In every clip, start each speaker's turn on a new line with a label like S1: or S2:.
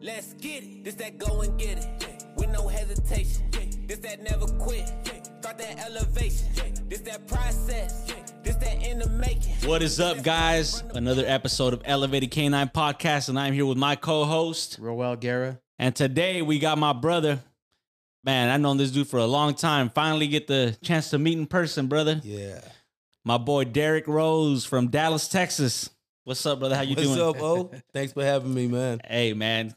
S1: Let's get it. This that go and get it. With no hesitation. This that never quit. Start that elevation. This that process. This that in the making.
S2: What is up, guys? Another episode of Elevated Canine Podcast, and I'm here with my co-host.
S3: Roel Guerra.
S2: And today we got my brother. Man, I've known this dude for a long time. Finally get the chance to meet in person, brother.
S4: Yeah.
S2: My boy Derek Rose from Dallas, Texas. What's up, brother? How you
S4: What's
S2: doing?
S4: up, O? Thanks for having me, man.
S2: Hey, man.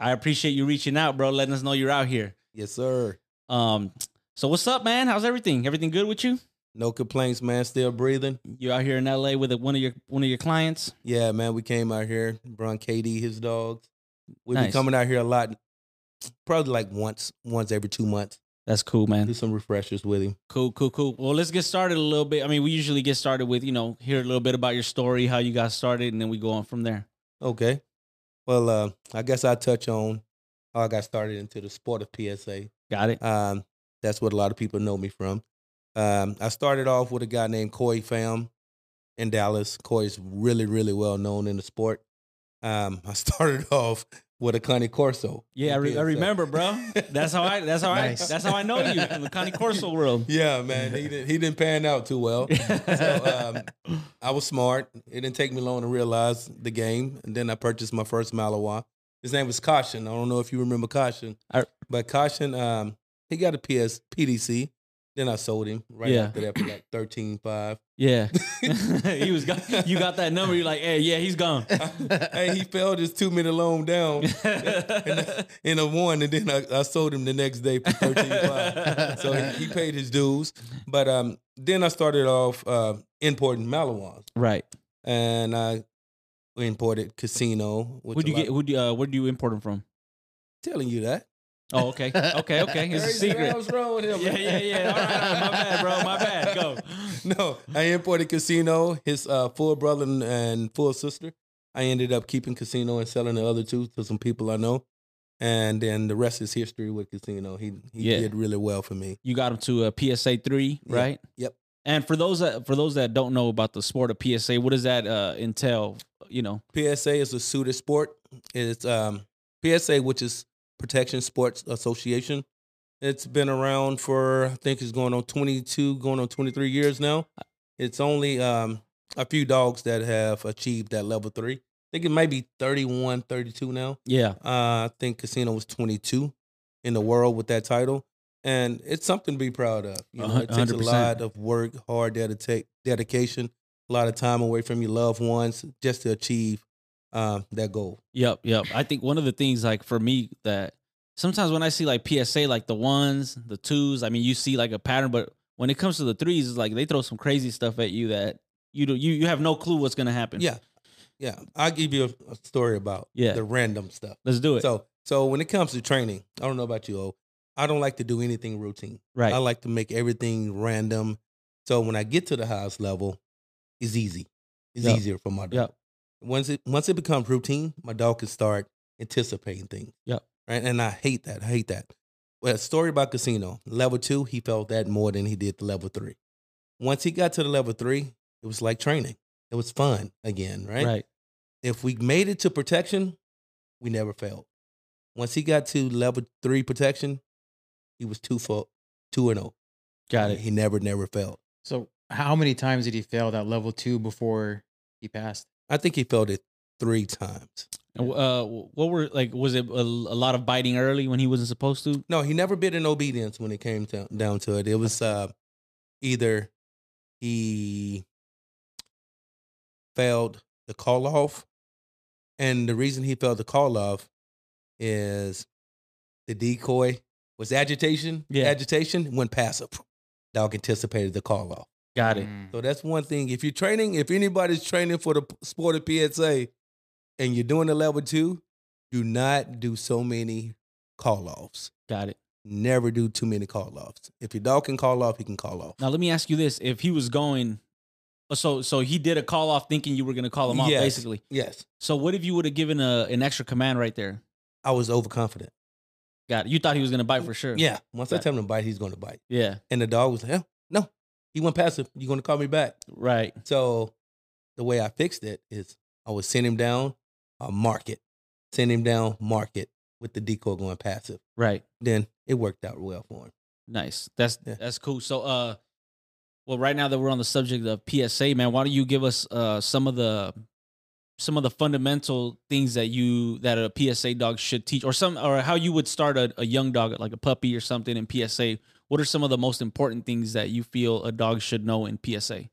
S2: I appreciate you reaching out, bro, letting us know you're out here.
S4: Yes, sir.
S2: Um, so what's up, man? How's everything? Everything good with you?
S4: No complaints, man. Still breathing.
S2: You're out here in LA with a, one of your one of your clients.
S4: Yeah, man. We came out here. Bron KD, his dogs. We be
S2: Nice.
S4: coming out here a lot. Probably like once, once every two months.
S2: That's cool, man.
S4: Do some refreshers with him.
S2: Cool, cool, cool. Well, let's get started a little bit. I mean, we usually get started with, you know, hear a little bit about your story, how you got started, and then we go on from there.
S4: Okay. Well, uh, I guess I'll touch on how I got started into the sport of PSA.
S2: Got it?
S4: Um, that's what a lot of people know me from. Um, I started off with a guy named Coy Pham in Dallas. Coy's really, really well known in the sport. Um, I started off with a Connie Corso.
S2: Yeah, I, re- I
S4: Yeah, so-
S2: remember, bro. That's how I. That's how I.
S3: Nice.
S2: That's how I know you from the Connie Corso world.
S4: Yeah, man, he didn't he didn't pan out too well. So, um, I was smart. It didn't take me long to realize the game. And then I purchased my first Malinois. His name was Caution. I don't know if you remember Caution,
S2: I-
S4: but Caution, um, he got a PS PDC. Then I sold him right
S2: Yeah.
S4: after that for like thirteen five.
S2: yeah, he was. Got, you got that number. You're like, hey, yeah, he's gone.
S4: hey, he fell just two minute long down in a one, and then I, I sold him the next day for thirteen five. So he, he paid his dues. But um, then I started off uh, importing Malawans,
S2: right.
S4: and I imported Casino. Which
S2: Who do
S4: a
S2: you
S4: lot-
S2: get? Who do? you- Uh, where do you import him from?
S4: telling you that?
S2: Oh, okay, okay, okay. It's a
S4: Crazy, man.
S2: secret.
S4: What's wrong with him?
S2: Yeah, yeah, yeah. All right, all right. my bad, bro. My bad. Go.
S4: No, I imported Casino, his uh, full brother and- and full sister. I ended up keeping Casino and selling the other two to some people I know. And then the rest is history with Casino. He he
S2: Yeah.
S4: did really well for me.
S2: You got him to a PSA three,
S4: Yeah.
S2: right?
S4: Yep.
S2: And for those that for those that don't know about the sport of PSA, what does that uh, entail? You know,
S4: PSA is a suited sport. It's um, PSA, which is Protection Sports Association. It's been around for I think it's going on 22, going on 23 years now. It's only um, a few dogs that have achieved that level three. I think it might be 31, 32 now.
S2: yeah,
S4: Uh, I think Casino was 22 in the world with that title, and it's something to be proud of. You
S2: A
S4: know,
S2: hun-
S4: it takes a
S2: 100%.
S4: lot of work, hard dedica- dedication, a lot of time away from your loved ones just to achieve um, that goal.
S2: Yep, yep. I think one of the things like for me that sometimes when I see like PSA like the ones, the twos, I mean you see like a pattern, but when it comes to the threes, it's like they throw some crazy stuff at you that you do you you have no clue what's gonna happen.
S4: Yeah, yeah. I'll give you a, a story about
S2: Yeah.
S4: the random stuff.
S2: Let's do it.
S4: So, so when it comes to training, I don't know about you, O. I don't like to do anything routine.
S2: right.
S4: I like to make everything random. So when I get to the highest level, it's easy. It's
S2: Yep.
S4: easier for my dog.
S2: Yep.
S4: Once it once it becomes routine, my dog can start anticipating things.
S2: Yep.
S4: Right. And I hate that. I hate that. Well, story about casino. Level two, he felt that more than he did the level three. Once he got to the level three, it was like training. It was fun again, right?
S2: right.
S4: If we made it to protection, we never failed. Once he got to level three protection, he was two for two and oh.
S2: Got it.
S4: He never, never failed.
S3: So how many times did he fail that level two before he passed?
S4: I think he failed it three times.
S2: And, Uh, what were like? Was it a, a lot of biting early when he wasn't supposed to?
S4: No, he never bid in obedience when it came to, down to it. It was uh, either he failed the call off, and the reason he failed the call off is the decoy was agitation.
S2: Yeah.
S4: Agitation went passive. Dog anticipated the call off.
S2: Got it.
S4: So that's one thing. If you're training, if anybody's training for the p- sport of PSA and you're doing a level two, do not do so many call offs.
S2: Got it.
S4: Never do too many call offs. If your dog can call off, he can call off.
S2: Now let me ask you this: If he was going, so so he did a call off thinking you were gonna call him off,
S4: Yes.
S2: basically.
S4: Yes,
S2: So what if you would have given a an extra command right there?
S4: I was overconfident.
S2: Got it. You thought he was gonna bite for sure.
S4: Yeah, once I
S2: Right.
S4: tell him to bite, he's going to bite.
S2: Yeah.
S4: And the dog was like, "Huh? no, he went passive. You're going to call me back.
S2: Right.
S4: So the way I fixed it is I would send him down, I'll mark it. send him down market with the decoy going passive.
S2: Right.
S4: Then it worked out well for him.
S2: Nice. That's
S4: Yeah.
S2: that's cool. So uh well right now that we're on the subject of PSA, man, why don't you give us uh some of the some of the fundamental things that you that a PSA dog should teach or some or how you would start a, a young dog like a puppy or something in PSA. What are some of the most important things that you feel a dog should know in PSA?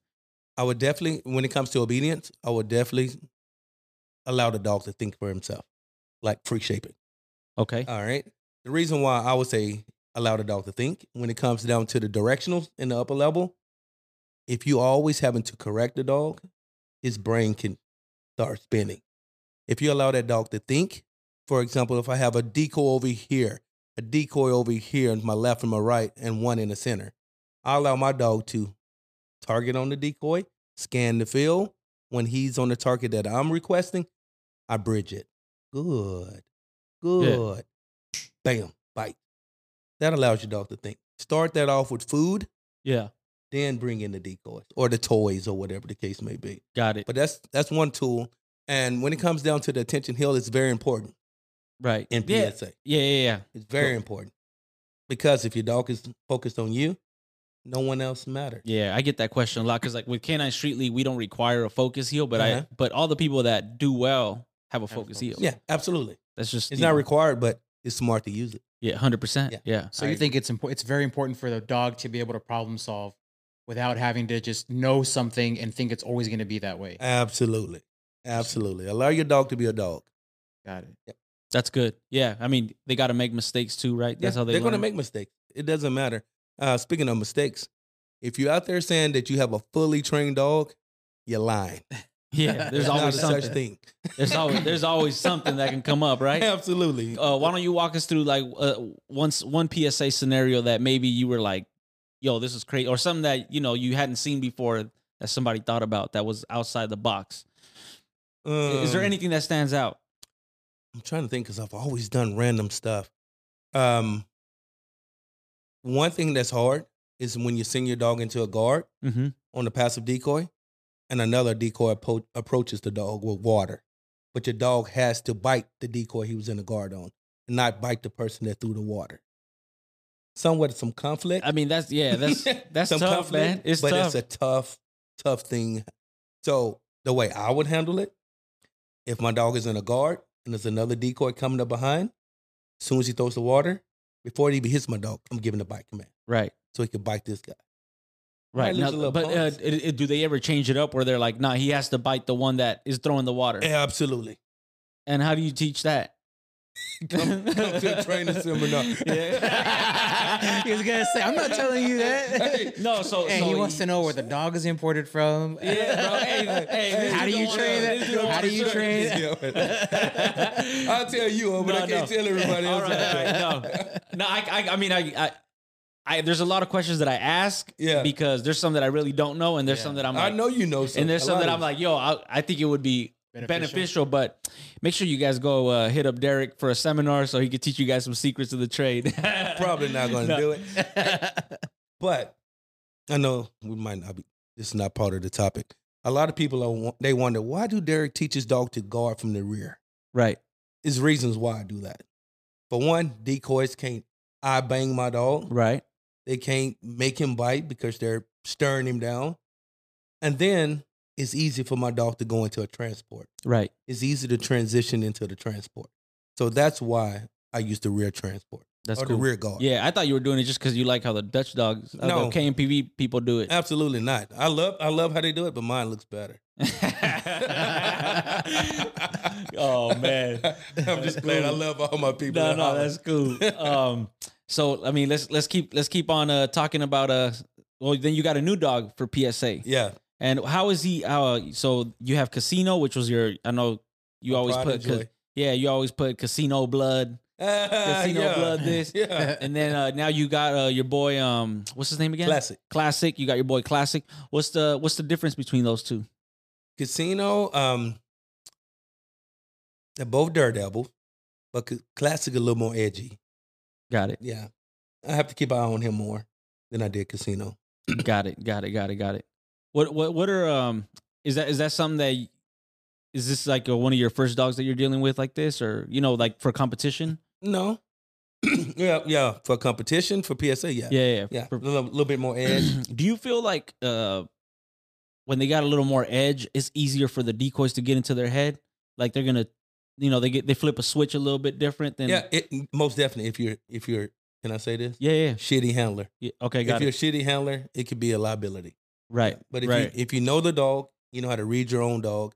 S4: I would definitely, when it comes to obedience, I would definitely allow the dog to think for himself, like free shaping.
S2: Okay.
S4: All right. The reason why I would say allow the dog to think when it comes down to the directionals in the upper level, if you always having to correct the dog, his brain can start spinning. If you allow that dog to think, for example, if I have a decoy over here, a decoy over here, and my left and my right, and one in the center, I allow my dog to target on the decoy, scan the field. When he's on the target that I'm requesting, I bridge it. Good. Good bam, bite. That allows your dog to think. Start that off with food,
S2: Yeah.
S4: then bring in the decoys or the toys or whatever the case may be.
S2: Got it.
S4: But that's that's one tool. And when it comes down to the attention hill, it's very important
S2: right.
S4: in
S2: yeah.
S4: PSA.
S2: yeah, yeah, yeah.
S4: It's very
S2: Cool.
S4: important because if your dog is focused on you, no one else matters.
S2: Yeah, I get that question a lot because like with Canine Street League, we don't require a focus heel, but
S4: Uh-huh.
S2: I but all the people that do well have a
S3: Have a
S2: focus
S3: focus.
S2: heel.
S4: Yeah, absolutely.
S2: that's just
S4: It's
S2: you
S4: not
S2: know,
S4: required, but it's smart to use it.
S2: yeah, hundred percent.
S4: Yeah.
S2: Yeah,
S3: So
S4: I
S3: you
S4: agree.
S3: think it's important? It's very important for the dog to be able to problem solve without having to just know something and think it's always going to be that way.
S4: Absolutely. Absolutely. Allow your dog to be a dog.
S3: Got it.
S2: that's good. Yeah, I mean they got to make mistakes too, right? That's
S4: Yeah,
S2: how they
S4: are going to
S2: learn.
S4: make mistakes. It doesn't matter. Uh, speaking of mistakes, if you're out there saying that you have a fully trained dog, you're lying.
S2: Yeah, there's
S4: not
S2: always
S4: a
S2: something.
S4: such thing.
S2: There's always there's always something that can come up, right?
S4: Absolutely.
S2: Uh, why don't you walk us through like uh, once one PSA scenario that maybe you were like, "Yo, this is crazy," or something that you know you hadn't seen before that somebody thought about that was outside the box. is there
S4: Um,
S2: anything that stands out?
S4: I'm trying to think because I've always done random stuff. Um, one thing that's hard is when you send your dog into a guard
S2: Mm-hmm.
S4: on the passive decoy, and another decoy appo- approaches the dog with water, but your dog has to bite the decoy he was in the guard on, and not bite the person that threw the water. Somewhat some conflict.
S2: I mean, that's yeah, that's that's
S4: some
S2: tough, man. It's
S4: but
S2: tough.
S4: it's a tough, tough thing. So the way I would handle it, if my dog is in a guard and there's another decoy coming up behind, as soon as he throws the water, before it even hits my dog, I'm giving the bite command
S2: right,
S4: so he can bite this guy.
S2: right.
S4: Might lose
S2: Now,
S4: a little
S2: but uh,
S4: pulse.
S2: it, it- do they ever change it up where they're like, nah, he has to bite the one that is throwing the water?
S3: Eh.
S4: Absolutely.
S2: And how do you teach that?
S4: Come- come to a training seminar.
S2: Yeah.
S3: he was gonna say, "I'm not telling you that."
S2: no, so,
S3: Hey,
S2: so
S3: he wants to know where the dog is imported from.
S2: Yeah, bro. Hey, hey, this is
S3: how do
S2: the
S3: you
S2: one
S3: train
S2: that- this is the
S3: it?
S2: one
S3: How do
S2: that-
S3: you train it?
S4: I'll tell you, but
S2: No,
S4: I can't
S2: no.
S4: tell everybody
S2: All
S4: else.
S2: right, all right, no, I, I, I mean, I, I, I, there's a lot of questions that I ask
S4: Yeah.
S2: because there's some that I really don't know, and there's
S3: Yeah.
S2: some that I'm
S4: I
S2: like,
S4: know you know some.
S2: and there's
S4: a
S2: some
S4: lot
S2: that
S4: of
S2: I'm like, yo, I, I think it would be beneficial. but make sure you guys go uh, hit up Derek for a seminar so he can teach you guys some secrets of the trade.
S4: probably not going to
S2: No.
S4: do it. But I know we might not be. This is not part of the topic. A lot of people are they wonder why do Derek teach his dog to guard from the rear?
S2: Right.
S4: There's reasons why I do that. For one, decoys can't I bang my dog.
S2: Right.
S4: They can't make him bite because they're stirring him down. And then it's easy for my dog to go into a transport.
S2: Right.
S4: It's easy to transition into the transport. So that's why I use the rear transport
S2: That's
S4: or
S2: cool.
S4: the rear guard.
S2: Yeah, I thought you were doing it just because you like how the Dutch dogs, uh,
S4: No.
S2: the KMPV people do it.
S4: Absolutely not. I love I love how they do it, but mine looks better.
S2: oh man.
S4: I'm just playing. I love all my people.
S2: No,
S4: in
S2: no,
S4: Holland.
S2: that's cool. Um, so I mean, let's let's keep let's keep on uh, talking about uh. Well, then you got a new dog for PSA.
S4: yeah.
S2: And how is he? Uh, so you have Casino, which was your. I know you always
S4: Pride
S2: put.
S4: and
S2: Ca-
S4: joy.
S2: yeah, you always put Casino Blood,
S4: Ah,
S2: Casino
S4: yeah.
S2: Blood. This,
S4: Yeah.
S2: and then uh, now you got uh, your boy. Um, what's his name again?
S4: Classic
S2: Classic. You got your boy Classic. What's the What's the difference between those two?
S4: casino. Um, they're both daredevil, but c- classic a little more edgy.
S2: Got it.
S4: Yeah, I have to keep an eye on him more than I did casino.
S2: got it. Got it. Got it. Got it. What What What are um? Is that Is that something that is this like a, one of your first dogs that you're dealing with like this, or you know, like for competition?
S4: No. yeah, yeah. For competition, for PSA, yeah.
S2: Yeah, yeah.
S4: Yeah, a
S2: For-
S4: little, little bit more edge.
S2: Do you feel like uh, when they got a little more edge, it's easier for the decoys to get into their head? Like they're gonna, you know, they get they flip a switch a little bit different than
S4: yeah, it, most definitely. If you're, if you're, can I say this?
S2: yeah, yeah.
S4: Shitty handler.
S2: yeah. Okay,
S4: If
S2: got
S4: you're
S2: it.
S4: a shitty handler, it could be a liability.
S2: Right,
S4: But if
S2: right.
S4: you if you know the dog, you know how to read your own dog.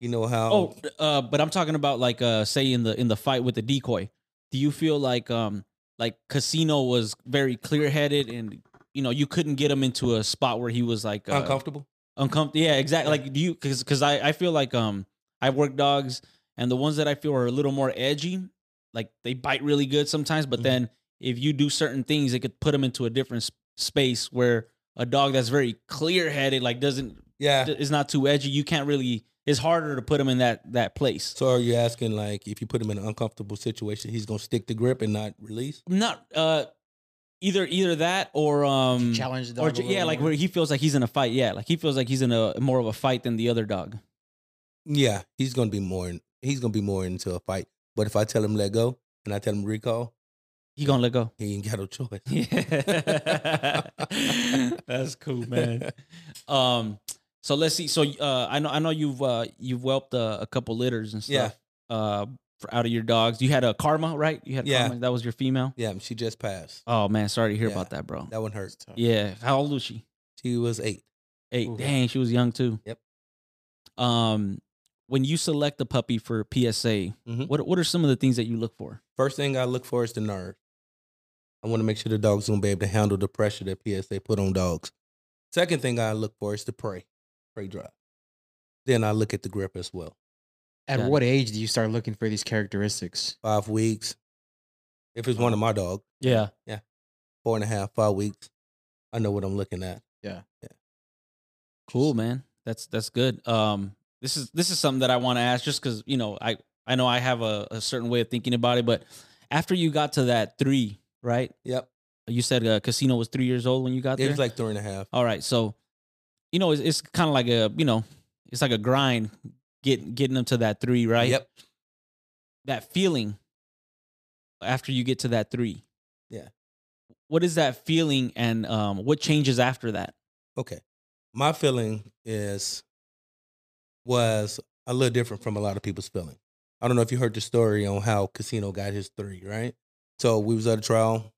S4: You know how.
S2: oh, uh, but I'm talking about like uh, say in the in the fight with the decoy. Do you feel like um like Casino was very clear headed and you know you couldn't get him into a spot where he was like uh,
S4: uncomfortable.
S2: uncomfortable. Yeah, exactly.
S4: Yeah.
S2: Like do you because because I I feel like um I've worked dogs and the ones that I feel are a little more edgy, like they bite really good sometimes. But
S4: Mhm.
S2: then if you do certain things, it could put them into a different s- space where a dog that's very clear headed, like doesn't
S4: Yeah.
S2: is not too edgy. You can't really. It's harder to put them in that that place.
S4: So are you asking like if you put him in an uncomfortable situation, he's gonna stick the grip and not release?
S2: Not uh either either that or um
S3: Challenge the dog.
S2: or
S3: a
S2: ju-
S3: little
S2: yeah like
S3: more.
S2: where he feels like he's in a fight. Yeah, like he feels like he's in a more of a fight than the other dog.
S4: Yeah, he's gonna be more. In, he's gonna be more into a fight. But if I tell him let go and I tell him recall,
S2: He gonna let go.
S4: he ain't got no choice.
S2: Yeah, that's cool, man. Um, so let's see. So uh, I know I know you've uh, you've whelped uh, a couple litters and stuff. Uh, for out of your dogs, you had a karma, right? You had
S4: Yeah.
S2: karma. That was your female.
S4: Yeah, she just passed.
S2: Oh man, sorry to hear
S4: Yeah.
S2: about that, bro.
S4: That one hurt.
S3: It's tough.
S2: Yeah, how old was she?
S4: She was eight.
S2: Eight.
S4: Ooh.
S2: Dang, she was young too.
S4: Yep.
S2: Um, when you select a puppy for PSA,
S4: Mhm.
S2: what what are some of the things that you look for?
S4: First thing I look for is the nerve. I want to make sure the dog's gonna be able to handle the pressure that PSA put on dogs. Second thing I look for is the prey, prey drive. Then I look at the grip as well.
S3: At
S2: Got it.
S3: what age do you start looking for these characteristics?
S4: Five weeks. If it's one of my dog,
S2: Yeah.
S4: four and a half, five weeks, I know what I'm looking at.
S2: Cool, man. That's that's good. Um, this is this is something that I want to ask, just because you know I I know I have a, a certain way of thinking about it, but after you got to that three, right?
S4: Yep.
S2: You said uh, Casino was three years old when you got
S4: It
S2: there.
S4: was like three and a half.
S2: All right, so you know it's, it's kind of like a you know it's like a grind getting getting them to that three, right?
S4: Yep.
S2: That feeling after you get to that three.
S4: Yeah.
S2: What is that feeling, and um, what changes after that?
S4: Okay. My feeling is was a little different from a lot of people's feeling. I don't know if you heard the story on how Casino got his three, right? So we was at a trial,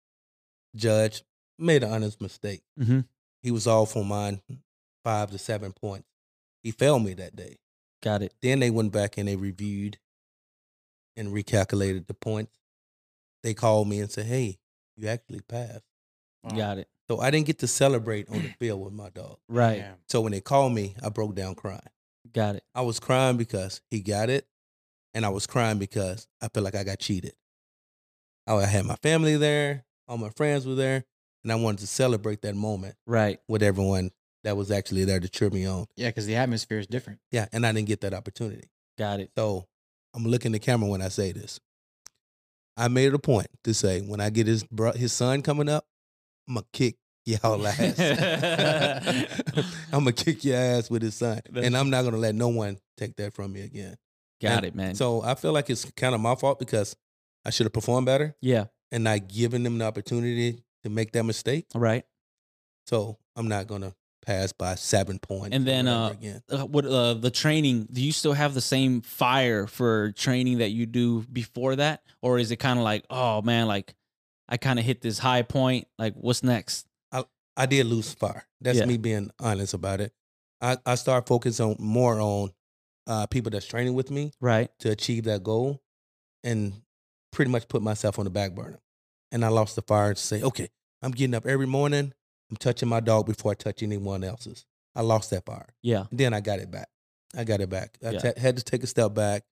S4: judge made an honest mistake.
S2: Mhm.
S4: He was off on mine five to seven points. He failed me that day.
S2: Got it.
S4: Then they went back and they reviewed and recalculated the points. They called me and said, Hey, you actually passed.
S2: Got it.
S4: So I didn't get to celebrate on the field with my dog.
S2: Right.
S3: Yeah.
S4: So when they called me, I broke down crying.
S2: Got it.
S4: I was crying because he got it, and I was crying because I felt like I got cheated. I had my family there, all my friends were there, and I wanted to celebrate that moment
S2: Right.
S4: with everyone that was actually there to cheer me on.
S3: Yeah, because the atmosphere is different.
S4: Yeah, and I didn't get that opportunity.
S2: Got it.
S4: So I'm looking the camera when I say this. I made it a point to say when I get his bro- his son coming up, I'm gonna kick
S2: Oh,
S4: y'all ass. I'm gonna kick your ass with his son,
S2: That's-
S4: and I'm not gonna let no one take that from me again.
S2: Got
S4: And
S2: it, man.
S4: So I feel like it's kind of my fault because I should have performed better
S2: yeah,
S4: and not giving them the opportunity to make that mistake.
S2: right.
S4: So I'm not gonna pass by seven points.
S2: And
S4: or
S2: then,
S4: whatever
S2: uh,
S4: again.
S2: Uh, what uh, the training? Do you still have the same fire for training that you do before that, or is it kind of like, oh man, like I kind of hit this high point. Like, what's next?
S4: I did lose fire. That's
S2: Yeah.
S4: me being honest about it. I I start focusing on more on uh, people that's training with me
S2: Right.
S4: to achieve that goal, and pretty much put myself on the back burner. And I lost the fire to say, okay, I'm getting up every morning. I'm touching my dog before I touch anyone else's. I lost that fire.
S2: Yeah.
S4: then I got it back. I got it back. I
S2: Yeah.
S4: ta- had to take a step back,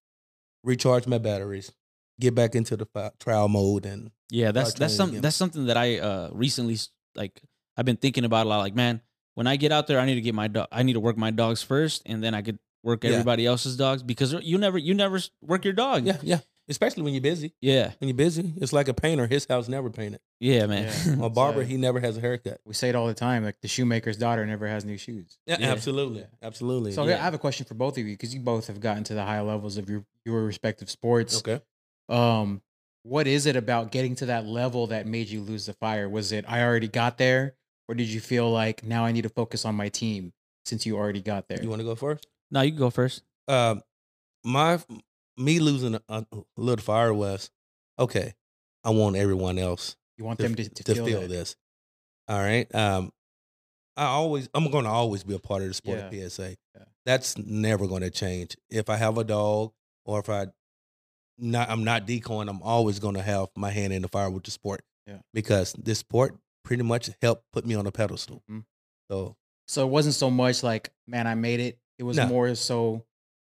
S4: recharge my batteries, get back into the fi- trial mode, and
S2: Yeah, that's
S4: Start
S2: that's
S4: training
S2: something
S4: again.
S2: that's something that I uh recently s- like I've been thinking about a lot. Like, man, when I get out there, I need to get my dog. I need to work my dogs first, and then I could work
S4: Yeah.
S2: everybody else's dogs because you never you never s- work your dog.
S4: yeah, yeah, especially when you're busy.
S2: Yeah,
S4: When you're busy, it's like a painter. His house never painted.
S2: yeah, man.
S3: Yeah.
S4: A barber,
S3: So-
S4: he never has a haircut.
S3: We say it all the time, like the shoemaker's daughter never has new shoes.
S4: Yeah,
S2: Yeah.
S4: absolutely, absolutely.
S3: So
S2: Yeah.
S3: I have a question for both of you because you both have gotten to the high levels of your your respective sports.
S4: okay.
S3: Um, what is it about getting to that level that made you lose the fire? Was it I already got there, or did you feel like now I need to focus on my team since you already got there?
S4: You want to go first?
S2: no, you can go first.
S4: uh, my me losing a, a little fire was okay. I want everyone else
S3: You want
S4: to,
S3: them to, to, feel, that.
S4: this. All right. Um, I always I'm going to always be a part of the sport of PSA.
S3: Yeah.
S4: That's never going to change. If I have a dog or if I not I'm not decoying, I'm always going to have my hand in the fire with the sport.
S3: Yeah.
S4: Because this sport pretty much helped put me on a pedestal.
S3: Mhm.
S4: So
S3: So it wasn't so much like, man, I made it. It was
S4: No.
S3: more so,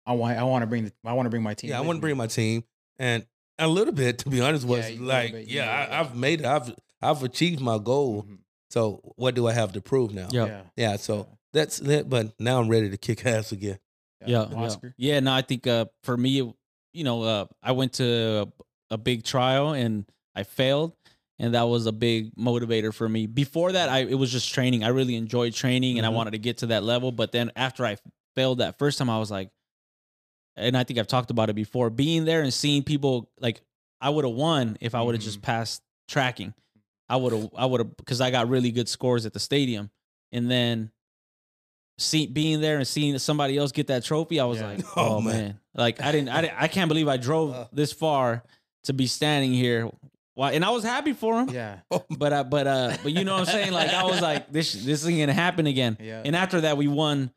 S3: I want, I want to bring, the, I want to bring my team.
S4: Yeah, I
S3: with
S4: want to
S3: me.
S4: bring my team, and a little bit, to be honest, was
S3: you- a little
S4: like,
S3: bit, you
S4: yeah,
S3: know, yeah.
S4: I, I've made it. I've I've achieved my goal.
S3: Mhm.
S4: So what do I have to prove now?
S2: Yeah.
S3: Yeah.
S4: yeah. So that's it. But now I'm ready to kick ass again.
S2: Yeah, yeah.
S3: Oscar.
S2: Yeah, no, I think uh, for me, it- you know, uh, I went to a, a big trial and I failed, and that was a big motivator for me. Before that, I it was just training. I really enjoyed training, and
S4: Mhm.
S2: I wanted to get to that level. But then after I failed that first time, I was like, and I think I've talked about it before, being there and seeing people like I would have won if I would have just passed tracking. I would have, I would have, because I got really good scores at the stadium, and then see being there and seeing somebody else get that trophy, I was
S3: Yeah.
S2: like,
S4: Oh,
S2: oh,
S4: man.
S2: man. like I didn't, I didn't, I can't believe I drove this far to be standing here. Why? And I was happy for him,
S3: Yeah.
S2: but I, but uh, but you know what I'm saying? Like I was like, this, this isn't gonna happen again.
S3: Yeah.
S2: And after that, we won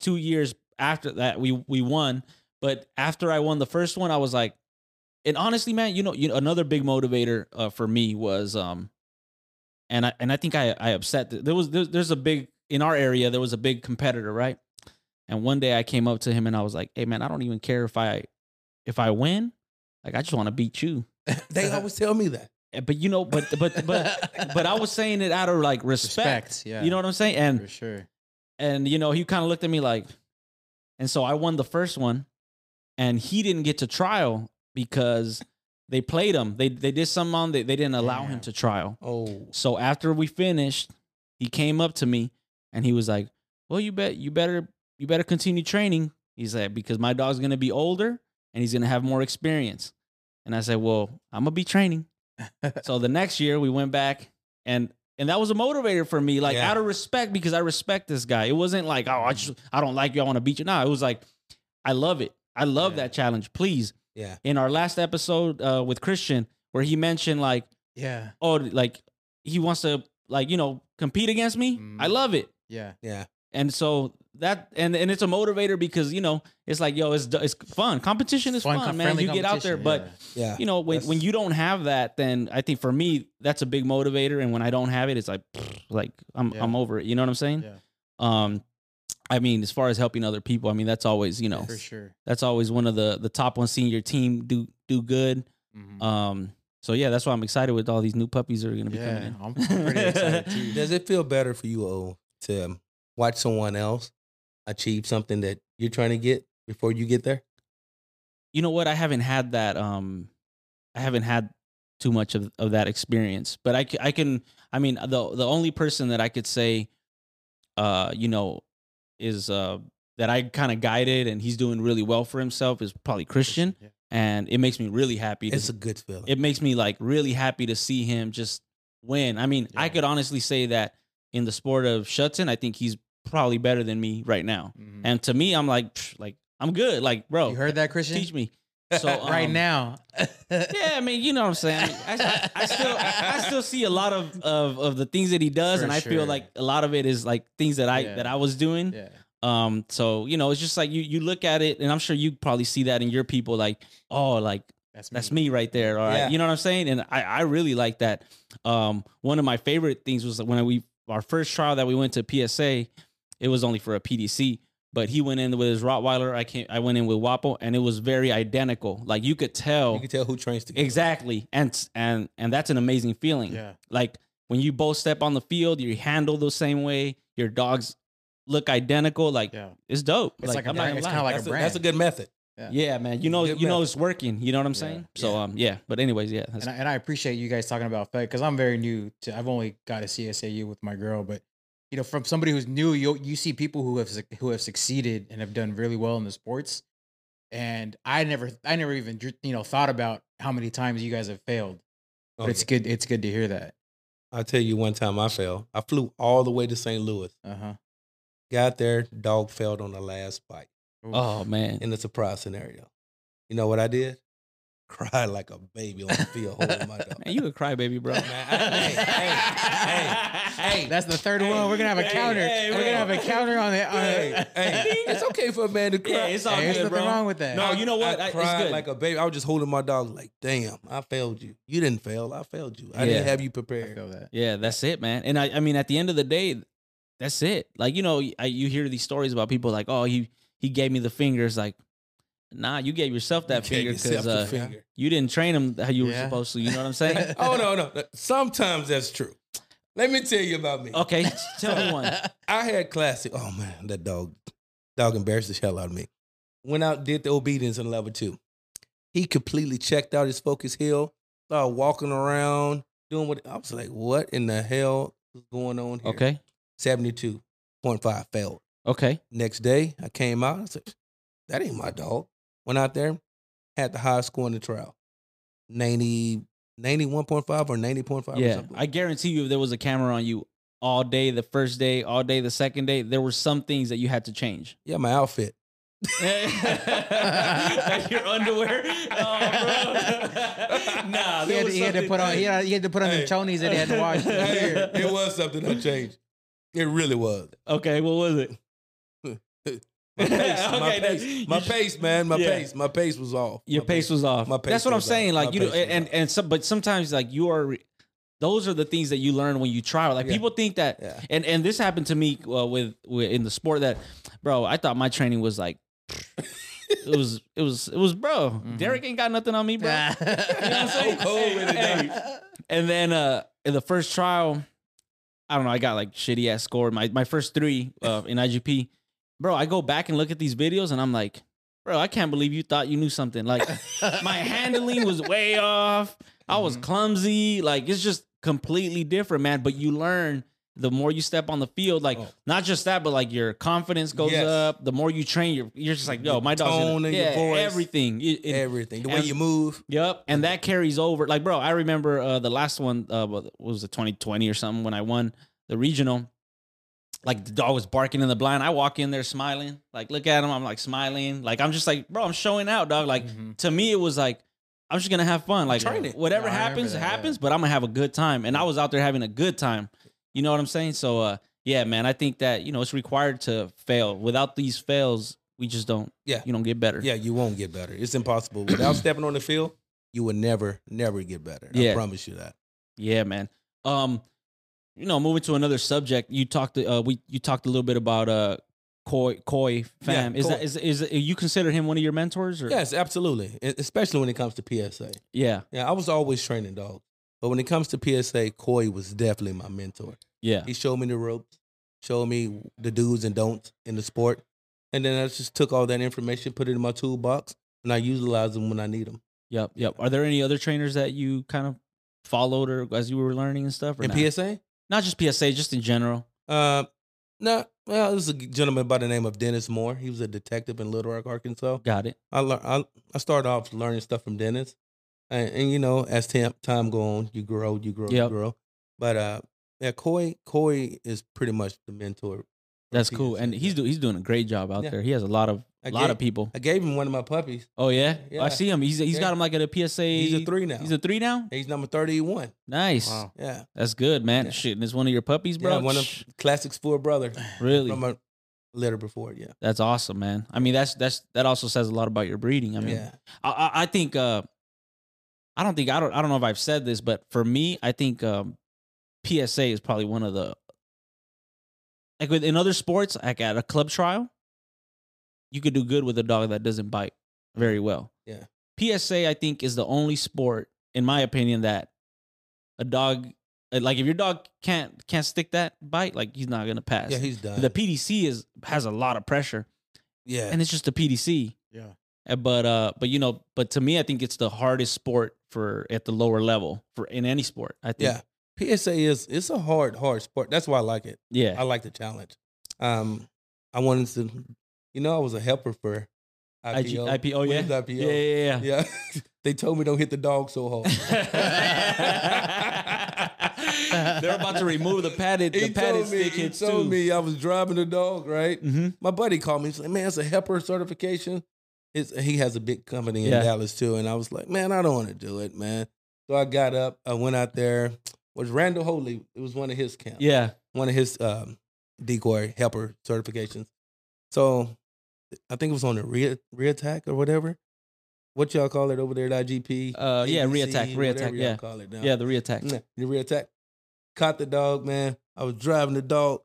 S2: two years after that. We we won, but after I won the first one, I was like, and honestly, man, you know, you know, another big motivator uh, for me was, um, and I and I think I I upset. There was there, there's a big in our area. There was a big competitor, right? And one day I came up to him and I was like, "Hey, man, I don't even care if I if I win. Like, I just want to beat you."
S4: they always tell me that.
S2: And- But you know, but but but but I was saying it out of like respect.
S3: Respect. Yeah.
S2: You know what I'm saying? And
S3: for sure.
S2: and you know he kind of looked at me like and so i won the first one and he didn't get to trial because they played him they they did something on they, they didn't allow him
S3: Damn.
S2: to trial
S4: Oh,
S2: so after we finished he came up to me and he was like well you bet you better you better continue training he said because my dog's gonna be older and he's gonna have more experience and i said well i'm gonna be training so the next year we went back and and that was a motivator for me, like
S4: Yeah.
S2: out of respect because I respect this guy. It wasn't like, oh, I just I don't like you, I want to beat you. No, it was like, I love it. I love
S3: Yeah.
S2: that challenge. Please.
S4: yeah.
S2: In our last episode uh, with Christian, where he mentioned like,
S3: Yeah.
S2: oh, like he wants to like you know compete against me.
S3: Mhm.
S2: I love it.
S3: Yeah.
S4: Yeah.
S2: And so that and and it's a motivator because you know it's like yo it's it's fun competition is fun,
S3: com-
S2: man
S3: friendly
S2: you get out there
S3: competition,
S2: but
S4: Yeah.
S2: you know when, when
S4: That's-
S2: you don't have that then i think for me that's a big motivator and when i don't have it it's like pfft, like i'm
S3: Yeah.
S2: i'm over it you know what i'm
S3: yeah.
S2: saying
S3: yeah,
S2: um i mean as far as helping other people i mean that's always you know
S3: for sure.
S2: that's always one of the the top one senior team do do good
S3: Mhm.
S2: um so yeah that's why i'm excited with all these new puppies that are going to be coming in
S3: I'm pretty excited too.
S4: Does it feel better for you, O, to watch someone else achieve something that you're trying to get before you get there?
S2: you know what i haven't had that um i haven't had too much of, of that experience but I, c- I can i mean the the only person that i could say uh you know is uh that i kind of guided and he's doing really well for himself is probably christian
S3: Yeah.
S2: and it makes me really happy to,
S4: It's a good feeling.
S2: it makes me like really happy to see him just win i mean i
S3: Yeah.
S2: could honestly say that in the sport of shutton i think he's probably better than me right now
S3: Mhm.
S2: and to me i'm like psh, like i'm good like bro
S3: you heard that, Christian?
S2: teach me so
S3: right
S2: um,
S3: now.
S2: yeah, I mean, you know what I'm saying. I, I still, I still see a lot of of, of the things that he does,
S3: For
S2: and I
S3: sure.
S2: feel like a lot of it is like things that I
S3: Yeah.
S2: that I was doing.
S3: Yeah.
S2: Um, so you know, it's just like you you look at it, and I'm sure you probably see that in your people, like, oh, like that's me right there. All right,
S4: Yeah.
S2: you know what I'm saying. And I I really like that. Um, one of my favorite things was when we our first trial that we went to PSA, it was only for a PDC. But he went in with his Rottweiler. I came. I went in with Wapo, and it was very identical. Like you could tell
S4: You can tell who trains together.
S2: Exactly. And and and that's an amazing feeling.
S3: Yeah.
S2: Like when you both step on the field, you handle the same way, your dogs look identical. Like
S3: Yeah.
S2: it's dope.
S3: It's like a
S2: I'm not
S3: brand-
S2: gonna
S3: it's
S2: lie.
S3: kinda like a
S4: That's a, that's
S3: brand.
S4: a good method.
S3: Yeah.
S2: Yeah, man. You know,
S4: Good
S2: you know,
S4: method.
S2: it's working. You know what I'm saying? So,
S4: Yeah.
S2: um, yeah. But anyways, yeah. That's,
S3: and I, and I appreciate you guys talking about Fed because I'm very new to. I've only got a CSAU with my girl, but you know, from somebody who's new, you you see people who have suc- who have succeeded and have done really well in the sports, and I never I never even dr- you know thought about how many times you guys have failed.
S2: Oh,
S3: But
S4: Okay.
S3: it's good it's good to hear that.
S4: I'll tell you one time I fell. I flew all the way to St. Louis.
S3: Uh huh.
S4: Got there, dog failed on the last bite
S2: oh man.
S4: in the surprise scenario. You know what I did? Cried like a baby on the field holding my dog.
S2: Man, you a crybaby, bro.
S4: Man, I- hey, hey, hey, hey.
S3: That's the third
S4: Hey,
S3: one. We're gonna have a
S4: hey,
S3: counter.
S4: hey,
S3: We're
S4: hey.
S3: gonna have a counter on the. On
S4: Hey, hey, it's okay for a man to cry.
S2: Yeah, it's all
S3: Hey, there's
S2: good,
S3: nothing
S2: bro.
S3: wrong with that.
S2: No, you know what? I-
S4: I,
S2: it's
S4: cried
S2: good.
S4: like a baby. I was just holding my dog, like, damn, I failed you. You didn't fail. I failed you. I didn't
S2: Yeah.
S4: have you
S3: I
S4: prepared.
S3: feel that.
S2: Yeah, that's it, man. And I, I mean, at the end of the day, that's it. Like you know, I, you hear these stories about people like, oh, he he gave me the fingers. Like, nah, you gave yourself that
S4: You gave
S2: finger because
S4: yourself the
S2: uh,
S4: finger.
S2: you didn't train him how you
S3: Yeah.
S2: were supposed to. You know what I'm saying?
S4: Oh no, no. Sometimes that's true. Let me tell you about me.
S2: okay, tell me one.
S4: I had classic. Oh man, that dog, dog embarrassed the hell out of me. Went out, did the obedience in level two. He completely checked out his focus hill. Started walking around, doing what I was like, what in the hell is going on here?
S2: Okay,
S4: seventy-two point five failed.
S2: okay.
S4: Next day, I came out. I said, "That ain't my dog." Went out there, had the highest score in the trial, 90, 91.5 or ninety point five. or
S2: Yeah,
S4: something.
S2: I guarantee you, if there was a camera on you all day, the first day, all day, the second day, there were some things that you had to change.
S4: yeah, my outfit.
S2: like your underwear, oh, bro. nah,
S3: He
S2: there
S3: had,
S2: was
S3: he had to
S2: something-
S3: put on. He had, he had to put on
S4: Hey.
S3: them chonies that he had to wash.
S4: Hey, it was something I changed. It really was.
S2: Okay, what was it?
S4: My pace, my,
S2: Okay, that-
S4: pace,
S2: you
S4: my
S2: sh-
S4: pace, man, my
S2: Yeah.
S4: pace, my pace was off.
S2: Your
S4: My
S2: pace was off.
S4: my pace
S2: That's what I'm
S4: was off.
S2: saying.
S4: My
S2: Like you, know,
S4: pace was
S2: and
S4: off.
S2: and some, but sometimes like you are, those are the things that you learn when you try. Like
S4: Yeah.
S2: people think that,
S4: Yeah.
S2: and and this happened to me uh, with, with in the sport that, bro, I thought my training was like. it was it was it was bro.
S4: Mm-hmm.
S2: Derek ain't got nothing on me, bro.
S4: So cold with it,
S2: Hey.
S4: dog.
S2: And then uh in the first trial, I don't know, I got like shitty ass score. My my first three uh, in IGP, bro. I go back and look at these videos and I'm like, bro, I can't believe you thought you knew something. Like my handling was way off. I was
S4: Mm-hmm.
S3: Mhm.
S2: clumsy. Like it's just completely different, man. But you learn the more you step on the field, like
S4: Oh.
S2: not just that, but like your confidence goes
S4: Yes.
S2: up. The more you train, you're you're just like, yo,
S4: Your
S2: my dog's
S4: tone
S2: gonna,
S4: and your
S2: yeah,
S4: voice.
S2: everything. It- it-
S4: Everything, the way
S2: And-
S4: you move.
S2: Yep, and that carries over. Like, bro, I remember uh, the last one uh, what was it 2020 or something when I won the regional. Like the dog was barking in the blind. I walk in there smiling. Like, look at him. I'm like smiling. Like, I'm just like, bro, I'm showing out, dog. Like,
S3: Mhm.
S2: to me, it was like, I'm just gonna have fun. Like,
S4: Train it.
S2: whatever
S3: Yeah, I remember
S2: happens,
S3: that, yeah.
S2: happens. But I'm gonna have a good time. And I was out there having a good time. You know what I'm saying? So, uh, yeah, man, I think that you know it's required to fail. Without these fails, we just don't.
S4: Yeah.
S2: you don't get better.
S4: Yeah, you won't get better. It's impossible. Without stepping on the field, you will never, never get better. I
S2: Yeah.
S4: promise you that.
S2: Yeah, man. Um, you know, moving to another subject, you talked. Uh, we you talked a little bit about uh, Koi Koi Fam.
S4: Yeah,
S2: is
S4: Koi.
S2: that is is uh, you consider him one of your mentors? Or?
S4: Yes, absolutely. E- Especially when it comes to PSA.
S2: Yeah.
S4: Yeah, I was always training dogs, but when it comes to PSA, Coy was definitely my mentor.
S2: Yeah.
S4: He showed me the ropes, showed me the do's and don'ts in the sport, and then I just took all that information, put it in my toolbox, and I utilize them when I need them.
S2: Yep. Yep. Are there any other trainers that you kind of followed or as you were learning and stuff? Or
S4: In
S2: not?
S4: PSA,
S2: not just PSA, just in general.
S4: uh, no, well, there was a gentleman by the name of Dennis Moore. He was a detective in Little Rock, Arkansas.
S2: Got it.
S4: I learned. I, I started off learning stuff from Dennis, and, and you know, as tam- time go on, you grow, you grow, you
S2: Yep.
S4: grow. But uh, yeah, Coy, Coy is pretty much the mentor. for
S2: That's cool.
S4: PSA,
S2: And
S4: yeah.
S2: he's do, he's doing a great job out
S4: Yeah.
S2: there. He has a lot of
S4: I
S2: a lot of
S4: gave-
S2: people.
S4: I gave him one of my puppies.
S2: Oh yeah?
S4: Yeah.
S2: I see him. He's he's
S4: Yeah.
S2: got him like at a PSA.
S4: He's a three now.
S2: He's a three now.
S4: He's number thirty-one.
S2: Nice.
S3: Wow.
S4: Yeah,
S2: That's good, man.
S4: Yeah.
S2: Shit, and it's one of your puppies, bro.
S4: yeah, one of classics for a brother
S2: Really?
S4: from a litter before. Yeah,
S2: That's awesome, man. I mean, that's that's that also says a lot about your breeding. I mean,
S4: yeah,
S2: I, I I think uh, I don't think I don't I don't know if I've said this, but for me, I think um, PSA is probably one of the like with in other sports, like at a club trial, you could do good with a dog that doesn't bite very well.
S4: Yeah.
S2: PSA, I think, is the only sport, in my opinion, that a dog uh, like if your dog can't can't stick that bite, like he's not gonna pass.
S4: yeah. He's done.
S2: the PDC is has a lot of pressure
S4: yeah,
S2: and it's just the PDC.
S3: Yeah.
S2: Uh, But uh, but you know, but to me, I think it's the hardest sport for at the lower level for in any sport. I think.
S4: Yeah. PSA is it's a hard, hard sport. That's why I like it.
S2: Yeah.
S4: I like the challenge. Um, I wanted to, you know, I was a helper for
S2: IG
S4: IPO.
S2: IPO, yeah.
S4: Women's IPO.
S2: yeah, yeah, yeah.
S4: Yeah. they told me don't hit the dog so hard.
S2: They're about to remove the padded, the
S4: He
S2: padded
S4: told me,
S2: stick
S4: he
S2: hits
S4: told
S2: too.
S4: me I was driving the dog, right?
S2: hmm
S4: My buddy called me. He's like, man, it's a helper certification. It's, he has a big company in
S2: Yeah.
S4: Dallas too. And I was like, man, I don't want to do it, man. So I got up. I went out there. Was Randall Holy. It was one of his camps.
S2: Yeah,
S4: One of his um, decoy helper certifications. So I think it was on the re, reattack or whatever. What y'all call it over there at IGP?
S2: uh, yeah,
S4: ABC,
S2: reattack,
S4: whatever
S2: reattack,
S4: y'all
S2: yeah,
S4: Call it now.
S2: yeah, the reattack.
S4: Nah, the rear attack. Caught the dog, man. I was driving the dog.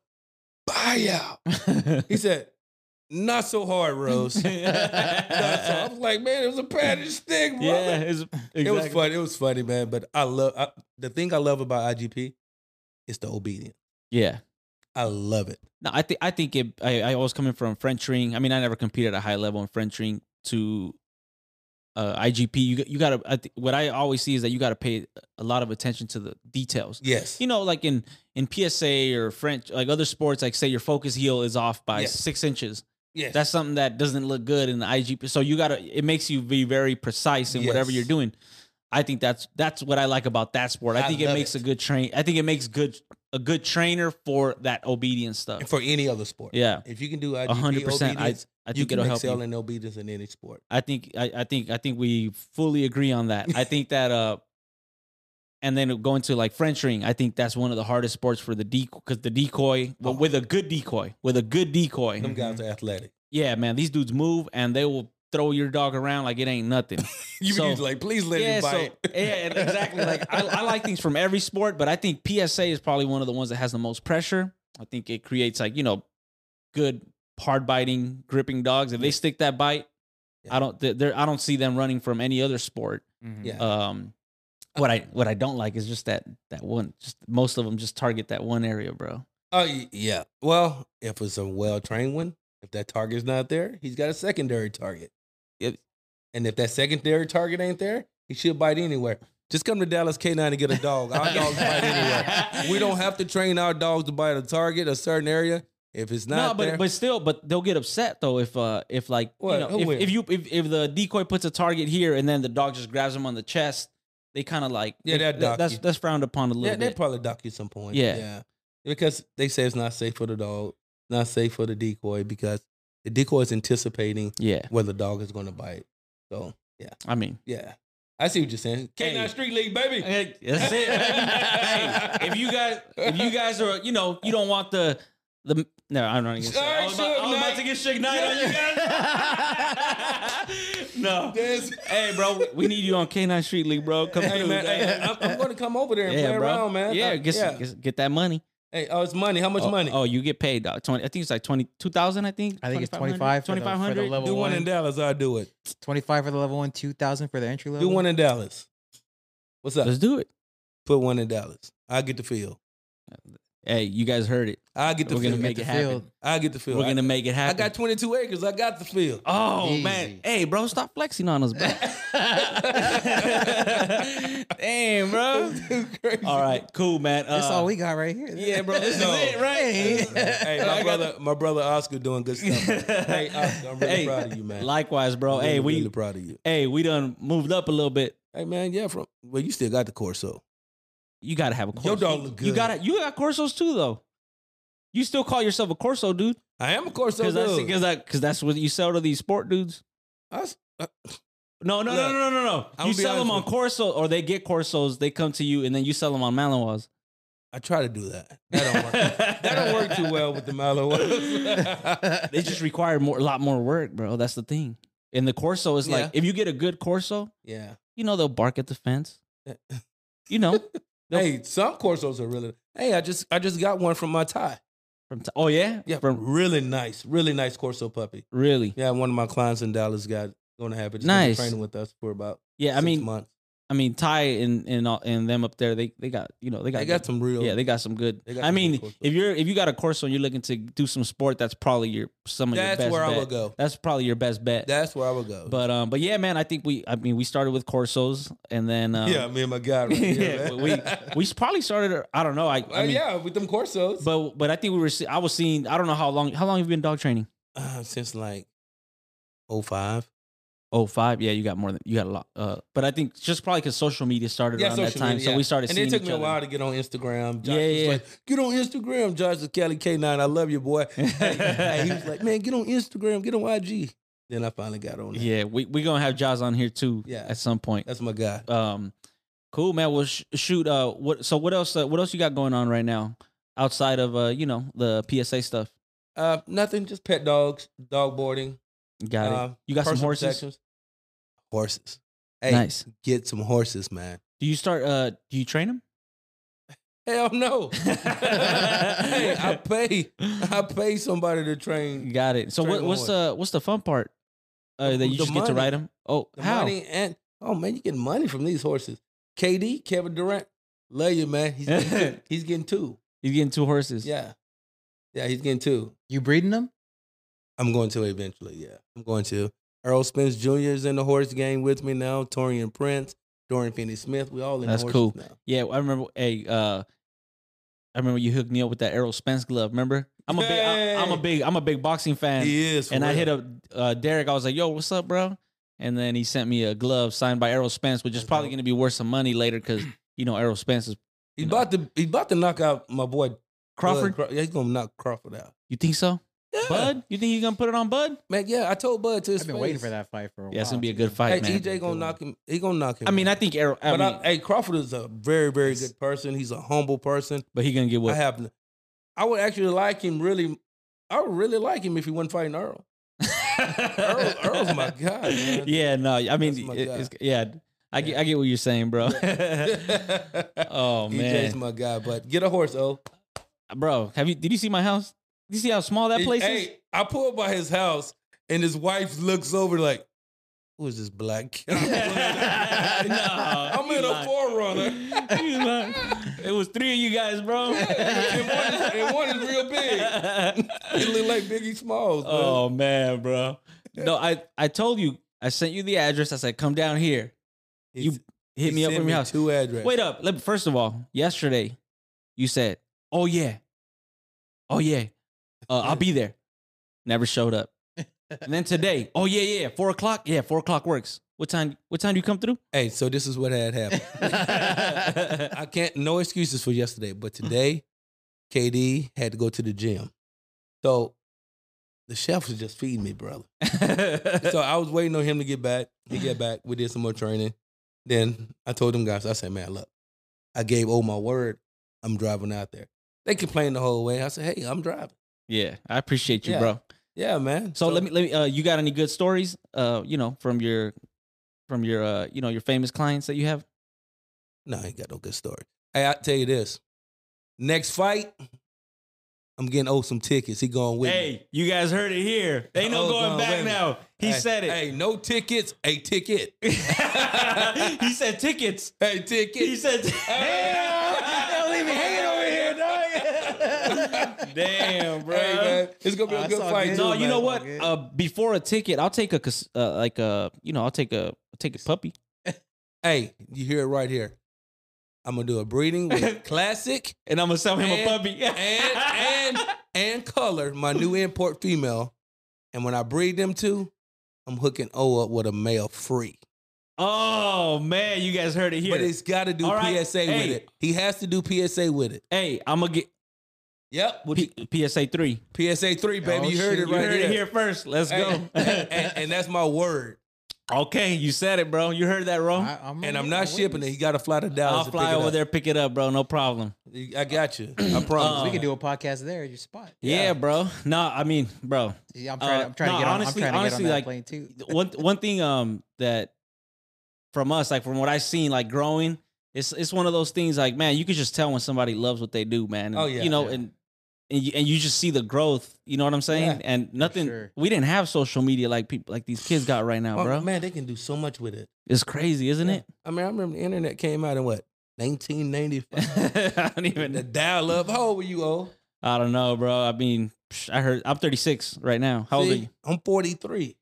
S4: Buyout. He said, not so hard, Rose. Not so- I was like, man, it was a padded stick, bro.
S2: yeah, it's, exactly.
S4: It was fun. It was funny, man. But I love I, the thing I love about IGP is the obedience.
S2: Yeah,
S4: I love it.
S2: no, I think I think it. I, I was coming from French ring. I mean, I never competed at a high level in French ring to uh, IGP. You got- you got to. I th- what I always see is that you got to pay a lot of attention to the details.
S4: Yes.
S2: you know, like in in PSA or French, like other sports, like say your focus heel is off by
S4: Yes.
S2: six inches.
S4: Yes.
S2: That's something that doesn't look good in the IGP. So you gotta, it makes you be very precise in whatever
S4: Yes.
S2: you're doing. I think that's that's what I like about that sport. I,
S4: I
S2: think it
S4: love
S2: makes
S4: it.
S2: a good train. I think it makes good a good trainer for that obedience stuff.
S4: And for any other sport.
S2: yeah,
S4: If you can do IGP
S2: a hundred percent. I
S4: obedience,
S2: I
S4: you
S2: think
S4: can
S2: it'll help
S4: excel
S2: you.
S4: in obedience in any sport.
S2: I think I, I think I think we fully agree on that. I think that uh, and then going to like French ring, I think that's one of the hardest sports for the decoy because the decoy but
S4: Oh.
S2: with a good decoy, with a good decoy,
S4: Them guys are athletic.
S2: yeah, man, these dudes move and they will throw your dog around like it ain't nothing.
S4: You
S2: So-
S4: be like, please let
S2: yeah,
S4: him bite.
S2: so yeah, and exactly. Like I, I like things from every sport, but I think PSA is probably one of the ones that has the most pressure. I think it creates like you know, good hard biting, gripping dogs. If they stick that bite, I don't. th- There, I don't see them running from any other sport.
S4: Yeah.
S2: Um, what I what I don't like is just that that one. Just most of them just target that one area, bro.
S4: Oh y- yeah. Well, if it's a well trained one, if that target's not there, he's got a secondary target.
S2: Yep.
S4: And if that secondary target ain't there, he should bite anywhere. Just come to Dallas K9 and get a dog. Our dogs bite anywhere. We don't have to train our dogs to bite a target, a certain area. If it's
S2: No,
S4: not
S2: but
S4: there,
S2: but still, but they'll get upset though if uh if like
S4: What?
S2: you
S4: Who
S2: know
S4: will?
S2: if, if you if, if the decoy puts a target here and then the dog just grabs him on the chest, they kind of like
S4: Yeah, they'll
S2: that-
S4: dock
S2: that's
S4: you.
S2: that's frowned upon a
S4: yeah,
S2: little
S4: they
S2: bit.
S4: probably dock you some point.
S2: Yeah.
S4: Because they say it's not safe for the dog, not safe for the decoy because the decoy is anticipating
S2: Yeah,
S4: where the dog is going to bite. So
S2: I mean
S4: yeah, I see what you're saying. K9
S2: Hey.
S4: Street League, baby.
S2: Hey, That's it. hey, if you guys, if you guys are, you know, you don't want the the. No, I'm not gonna say. I was, about, I was about to get Suge Knight on you guys. no.
S4: This-
S2: Hey, bro, we- we need you on K9 Street League, bro. Come
S4: Hey
S2: through.
S4: man, hey, I'm, I'm going to come over there and play around, man.
S2: Yeah,
S4: Uh,
S2: get, some- Get, get that money.
S4: Hey, oh, it's money. How much
S2: oh,
S4: money?
S2: Oh, you get paid, dog. Twenty. I think it's like twenty two thousand. I think.
S3: I think it's
S2: 2500,
S3: 25 for the- for the
S2: 2500.
S3: level.
S4: do one in
S3: one.
S4: Dallas. I'll do it.
S3: 25 for the level one, 2,000 for the entry level.
S4: Do one in Dallas. What's up?
S2: Uh-huh. Let's do it.
S4: Put one in Dallas. I get the feel.
S2: Hey, you guys heard it.
S4: I get the
S2: We're
S4: feel.
S2: gonna make it happen.
S4: I get the feel.
S2: We're gonna make it
S4: I, I
S2: happen.
S4: got 22 acres. I got the feel.
S2: Oh
S3: Easy.
S2: man, hey bro, stop flexing on us, bro. Damn, bro.
S4: Crazy.
S2: All right, cool, man. Uh,
S3: That's all we got right here.
S2: Yeah, bro. This
S4: No.
S2: is it, right?
S4: Hey, my brother, my brother Oscar doing good stuff. hey, Oscar, I'm really
S2: Hey,
S4: proud of you, man.
S2: Likewise, bro.
S4: I'm
S2: Hey,
S4: really,
S2: we
S4: really proud of you.
S2: hey we done moved up a little bit.
S4: Hey, man, yeah. From well, you still got the Corso.
S2: You gotta have a corso.
S4: Your dog look
S2: You
S4: good.
S2: gotta you got corsos too though. You still call yourself a corso, dude?
S4: I am a Corso
S2: Because that's
S4: dude.
S2: because that's what you sell to these sport dudes.
S4: I s- I-
S2: No, no, no, no,
S4: Look,
S2: no, no. no.
S4: I'ma
S2: You
S4: be
S2: sell them on
S4: honest with
S2: corso, or they get corsos. They come to you, and then you sell them on Malinois.
S4: I try to do that. That don't work. that don't work too well with the Mallow.
S2: They just require more, a lot more work, bro. That's the thing. And the corso is like,
S4: Yeah.
S2: if you get a good corso,
S4: yeah.
S2: you know they'll bark at the fence. You know, Nope.
S4: Hey, some Corsos are really. Hey, I just I just got one from my tie.
S2: from t- oh yeah,
S4: Yeah,
S2: from
S4: really nice, really nice Corso puppy.
S2: really,
S4: Yeah, one of my clients in Dallas got going to have it. He's gonna be
S2: Nice.
S4: training with us for about
S2: yeah. I
S4: six
S2: mean,
S4: months.
S2: I mean, Ty and and all- and them up there, they they got you know they got
S4: They got
S2: good-
S4: some real.
S2: yeah they got some good.
S4: They got
S2: I
S4: some good
S2: mean,
S4: courses.
S2: if you're if you got a course and you're looking to do some sport, that's probably your some of your
S4: That's
S2: best
S4: where I
S2: bet.
S4: would go.
S2: That's probably your best bet.
S4: That's where I would go.
S2: but um, but yeah, man, I think we I mean we started with Corsos and then um,
S4: yeah, me and my guy. Right
S2: yeah,
S4: here, man.
S2: we we probably started. I don't know. I,
S4: Uh,
S2: I mean,
S4: yeah, with them corsos.
S2: but but I think we were. se- I was seeing. I don't know how long. How long have you been dog training?
S4: uh, since like 05.
S2: Oh five. Yeah, you got more than you got a lot. Uh, but I think just probably because social media started around that
S4: social
S2: time,
S4: media,
S2: so
S4: yeah.
S2: we started.
S4: And
S2: seeing
S4: it took
S2: each
S4: me a
S2: other.
S4: while to get on Instagram. Josh
S2: Yeah,
S4: was
S2: yeah.
S4: like, get on Instagram, Josh the Cali K9. I love you, boy. Hey, he was like, man, get on Instagram, get on IG. Then I finally got on. it.
S2: Yeah, we we gonna have Jaws on here too.
S4: Yeah.
S2: at some point.
S4: That's my guy.
S2: Um, cool man. Well, sh- shoot. Uh, what? So what else? Uh, what else you got going on right now outside of uh, you know, the PSA stuff?
S4: Uh, nothing, just pet dogs, dog boarding.
S2: Got
S4: uh,
S2: it. You got some
S4: personal
S2: horses.
S4: protections. Horses. Hey,
S2: Nice.
S4: get some horses, man.
S2: Do you start? Uh, do you train them?
S4: Hell no. hey, I pay. I pay somebody to train
S2: Got it. So
S4: Train
S2: what,
S4: them
S2: what's the what's the fun part? Uh,
S4: The-
S2: that you
S4: the
S2: just get to
S4: money.
S2: ride them. Oh,
S4: The
S2: how?
S4: money and oh man, you getting money from these horses. KD, Kevin Durant, love you, man. He's getting two. he's getting two.
S2: He's getting two horses.
S4: Yeah, yeah, he's getting two.
S3: You breeding them?
S4: I'm going to eventually. Yeah, I'm going to. Earl Spence Jr. is in the horse game with me now. Torian Prince, Dorian Finney Smith, we all in
S2: That's
S4: the
S2: cool.
S4: horses now.
S2: Yeah, I remember. Hey, uh, I remember you hooked me up with that Errol Spence glove. Remember? I'm a big, I, am a
S4: Hey.
S2: big, I'm a big boxing fan.
S4: He is, for
S2: and I
S4: real.
S2: hit up uh, Derek. I was like, "Yo, what's up, bro?" And then he sent me a glove signed by Errol Spence, which is
S4: That's
S2: probably
S4: dope.
S2: going to be worth some money later because you know Errol Spence is
S4: He's about to he's about to knock out my boy
S2: Crawford.
S4: Bud Craw- yeah, he's gonna knock Crawford out.
S2: You think so,
S4: Yeah.
S2: Bud? You think he's gonna put it on Bud?
S4: man. Yeah, I told Bud to his
S3: I've been
S4: face.
S3: waiting for that fight for a while.
S2: Yeah, it's gonna be a
S3: too.
S2: good fight,
S4: Hey,
S2: man.
S4: EJ gonna knock him. He gonna knock him.
S2: I mean,
S4: out.
S2: I think Errol, I
S4: but
S2: mean,
S4: I, hey, Crawford is a very, very good person. He's a humble person.
S2: but he gonna get
S4: I
S2: what?
S4: have, n- I would actually like him really. I would really like him if he wasn't fighting Earl. Earl, Earl's my guy. Man.
S2: Yeah, no, I
S4: That's
S2: mean,
S4: my
S2: it-
S4: guy.
S2: it's, yeah, I get,
S4: Yeah. E
S2: I get what you're saying, bro. oh
S4: EJ's
S2: man,
S4: my guy. But get a horse, oh.
S2: bro, have you? Did you see my house? Did you see how small that place is?
S4: E, Hey, I pulled by his house, and his wife looks over like, "Who is this black?" kid?" I'm in a forerunner.
S2: You lying. it was three of you guys, bro.
S4: and, one is, and one is real big. He look like Biggie Smalls. man.
S2: oh man, bro. No, I I told you. I sent you the address. I said, come down here. you
S4: He's-
S2: Hit
S4: he
S2: me up
S4: sent
S2: from your house.
S4: Two addresses.
S2: Wait up. Let me, first of all, yesterday you said, "Oh yeah, oh yeah, uh, I'll be there." Never showed up. And then today, oh yeah, yeah, four o'clock. Yeah, four o'clock works. What time? What time do you come through?
S4: Hey, so this is what had happened. I can't no excuses for yesterday, but
S2: Mm.
S4: today KD had to go to the gym. So the chef was just feeding me, brother. So I was waiting on him to get back. He get back. We did some more training. Then I told them guys, I said, man, look, I gave O my word. I'm driving out there. They complained the whole way. I said, hey, I'm driving.
S2: yeah, I appreciate you,
S4: Yeah.
S2: bro.
S4: Yeah, man.
S2: So, let me let me. Uh, you got any good stories? Uh, you know, from your from your uh, you know, your famous clients that you have.
S4: No, I ain't got no good story. Hey, I tell you this. Next fight, I'm getting old some tickets. He going with me.
S2: you guys heard it here.
S4: Ain't no Oh, going no, back wait a minute. now. Hey, Hey, no tickets, a ticket.
S2: he said tickets.
S4: Hey, ticket.
S2: said,
S4: Don't leave me hanging over here, dog."
S2: Damn, bro.
S4: Hey, man, it's gonna be
S3: Oh,
S4: a
S3: that's
S4: good
S3: all
S4: fight.
S3: good.
S4: too,
S2: No, you
S4: man.
S2: know
S3: all
S2: what?
S3: good.
S2: Uh, before a ticket, I'll take a cas- uh, like a you know, I'll take a I'll take a puppy.
S4: Hey, you hear it right here. I'm gonna do a breeding with classic
S2: And I'm gonna sell
S4: him a puppy. and and and color, my new import female. And when I breed them two, I'm hooking O up with a male free.
S2: oh man, you guys heard it
S4: But it's got to do
S2: All right,
S4: PSA
S2: hey.
S4: with it. He has to do PSA with it.
S2: Hey, I'm gonna get
S4: Yep.
S2: P- PSA three.
S4: PSA three, baby.
S3: Oh,
S4: you heard it
S3: shit, you
S4: right
S2: you heard
S4: here.
S2: it here first. Let's
S4: Hey,
S2: go.
S4: and, and- and that's my word.
S2: okay, you said it, bro. You heard that, bro.
S3: I, I'm
S4: And
S3: a-
S4: I'm
S3: a
S4: not shipping it.
S3: witness.
S4: He got to fly to Dallas.
S2: I'll
S4: to
S2: fly
S4: pick it
S2: over
S4: up.
S2: there, pick it up, bro. No problem.
S4: I got you. I
S2: Uh,
S4: promise.
S3: We can do a podcast there at your spot.
S2: Yeah,
S4: Yeah.
S2: bro. Nah, I mean, bro.
S3: Yeah, I'm trying.
S2: Uh,
S3: I'm trying
S2: no,
S3: to get on.
S2: honestly-
S3: I'm trying to
S2: honestly,
S3: get on that
S2: like,
S3: plane too.
S2: one one thing um that from us like from what I've seen like growing it's it's one of those things like man you could just tell when somebody loves what they do man And,
S4: Oh, yeah,
S2: you know
S4: yeah.
S2: and and you, and you just see the growth. You know what I'm saying?
S4: Yeah,
S2: and nothing.
S3: sure.
S2: We didn't have social media like people like these kids got right now,
S4: Oh,
S2: bro.
S4: man, they can do so much with it,
S2: It's crazy, isn't it?
S4: I mean, I remember the internet came out in what 1995.
S2: I don't
S4: the
S2: even.
S4: dial up. How old were you, old?
S2: I don't know, bro. I mean, psh, I heard I'm 36 right now. How old are
S4: See,
S2: you,
S4: I'm 43.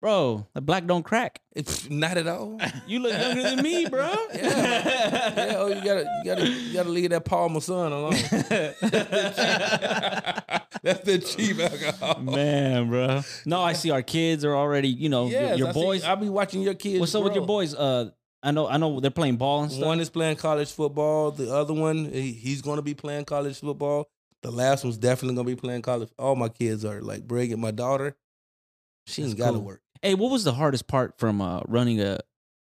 S2: bro? The black don't crack.
S4: It's not at all.
S2: You look younger than me, bro.
S4: Yeah, oh, you gotta, you gotta, you gotta leave that Paul Masson alone. That's the cheap alcohol.
S2: Man, bro. No, I see our kids are already, you know, your-
S4: Yes,
S2: your,
S4: I see-
S2: boys.
S4: I'll be watching your kids.
S2: What's up with your
S4: grow.
S2: boys? Uh, I know, I know they're playing ball and stuff.
S4: One is playing college football. The other one, he, he's going to be playing college football. The last one's definitely going to be playing college. All my kids are like brilliant. My daughter, she
S2: That's
S4: ain't got to
S2: cool.
S4: work.
S2: Hey, what was the hardest part from uh, running a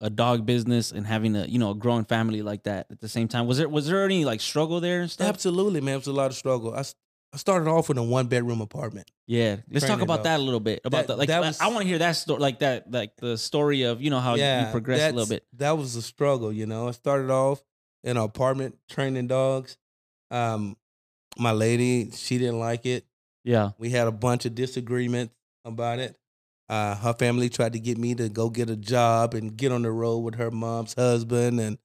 S2: a dog business and having a you know a growing family like that at the same time? Was there was there any like struggle there and stuff?
S4: Absolutely, man. It was a lot of struggle. I, s- I started off in a one bedroom apartment.
S2: Yeah, let's talk
S4: Training
S2: about
S4: dog.
S2: that a little bit. About
S4: That-
S2: that, like
S4: that
S2: I-
S4: was-
S2: I want to hear that story, like that, like the story of you know how you- you progressed a little
S4: that's-
S2: bit.
S4: That was a struggle, you know. I started off in an apartment training dogs. Um, my lady, she didn't like it.
S2: Yeah,
S4: We had a bunch of disagreements about it. Uh, her family tried to get me to go get a job and get on the road with her mom's husband, and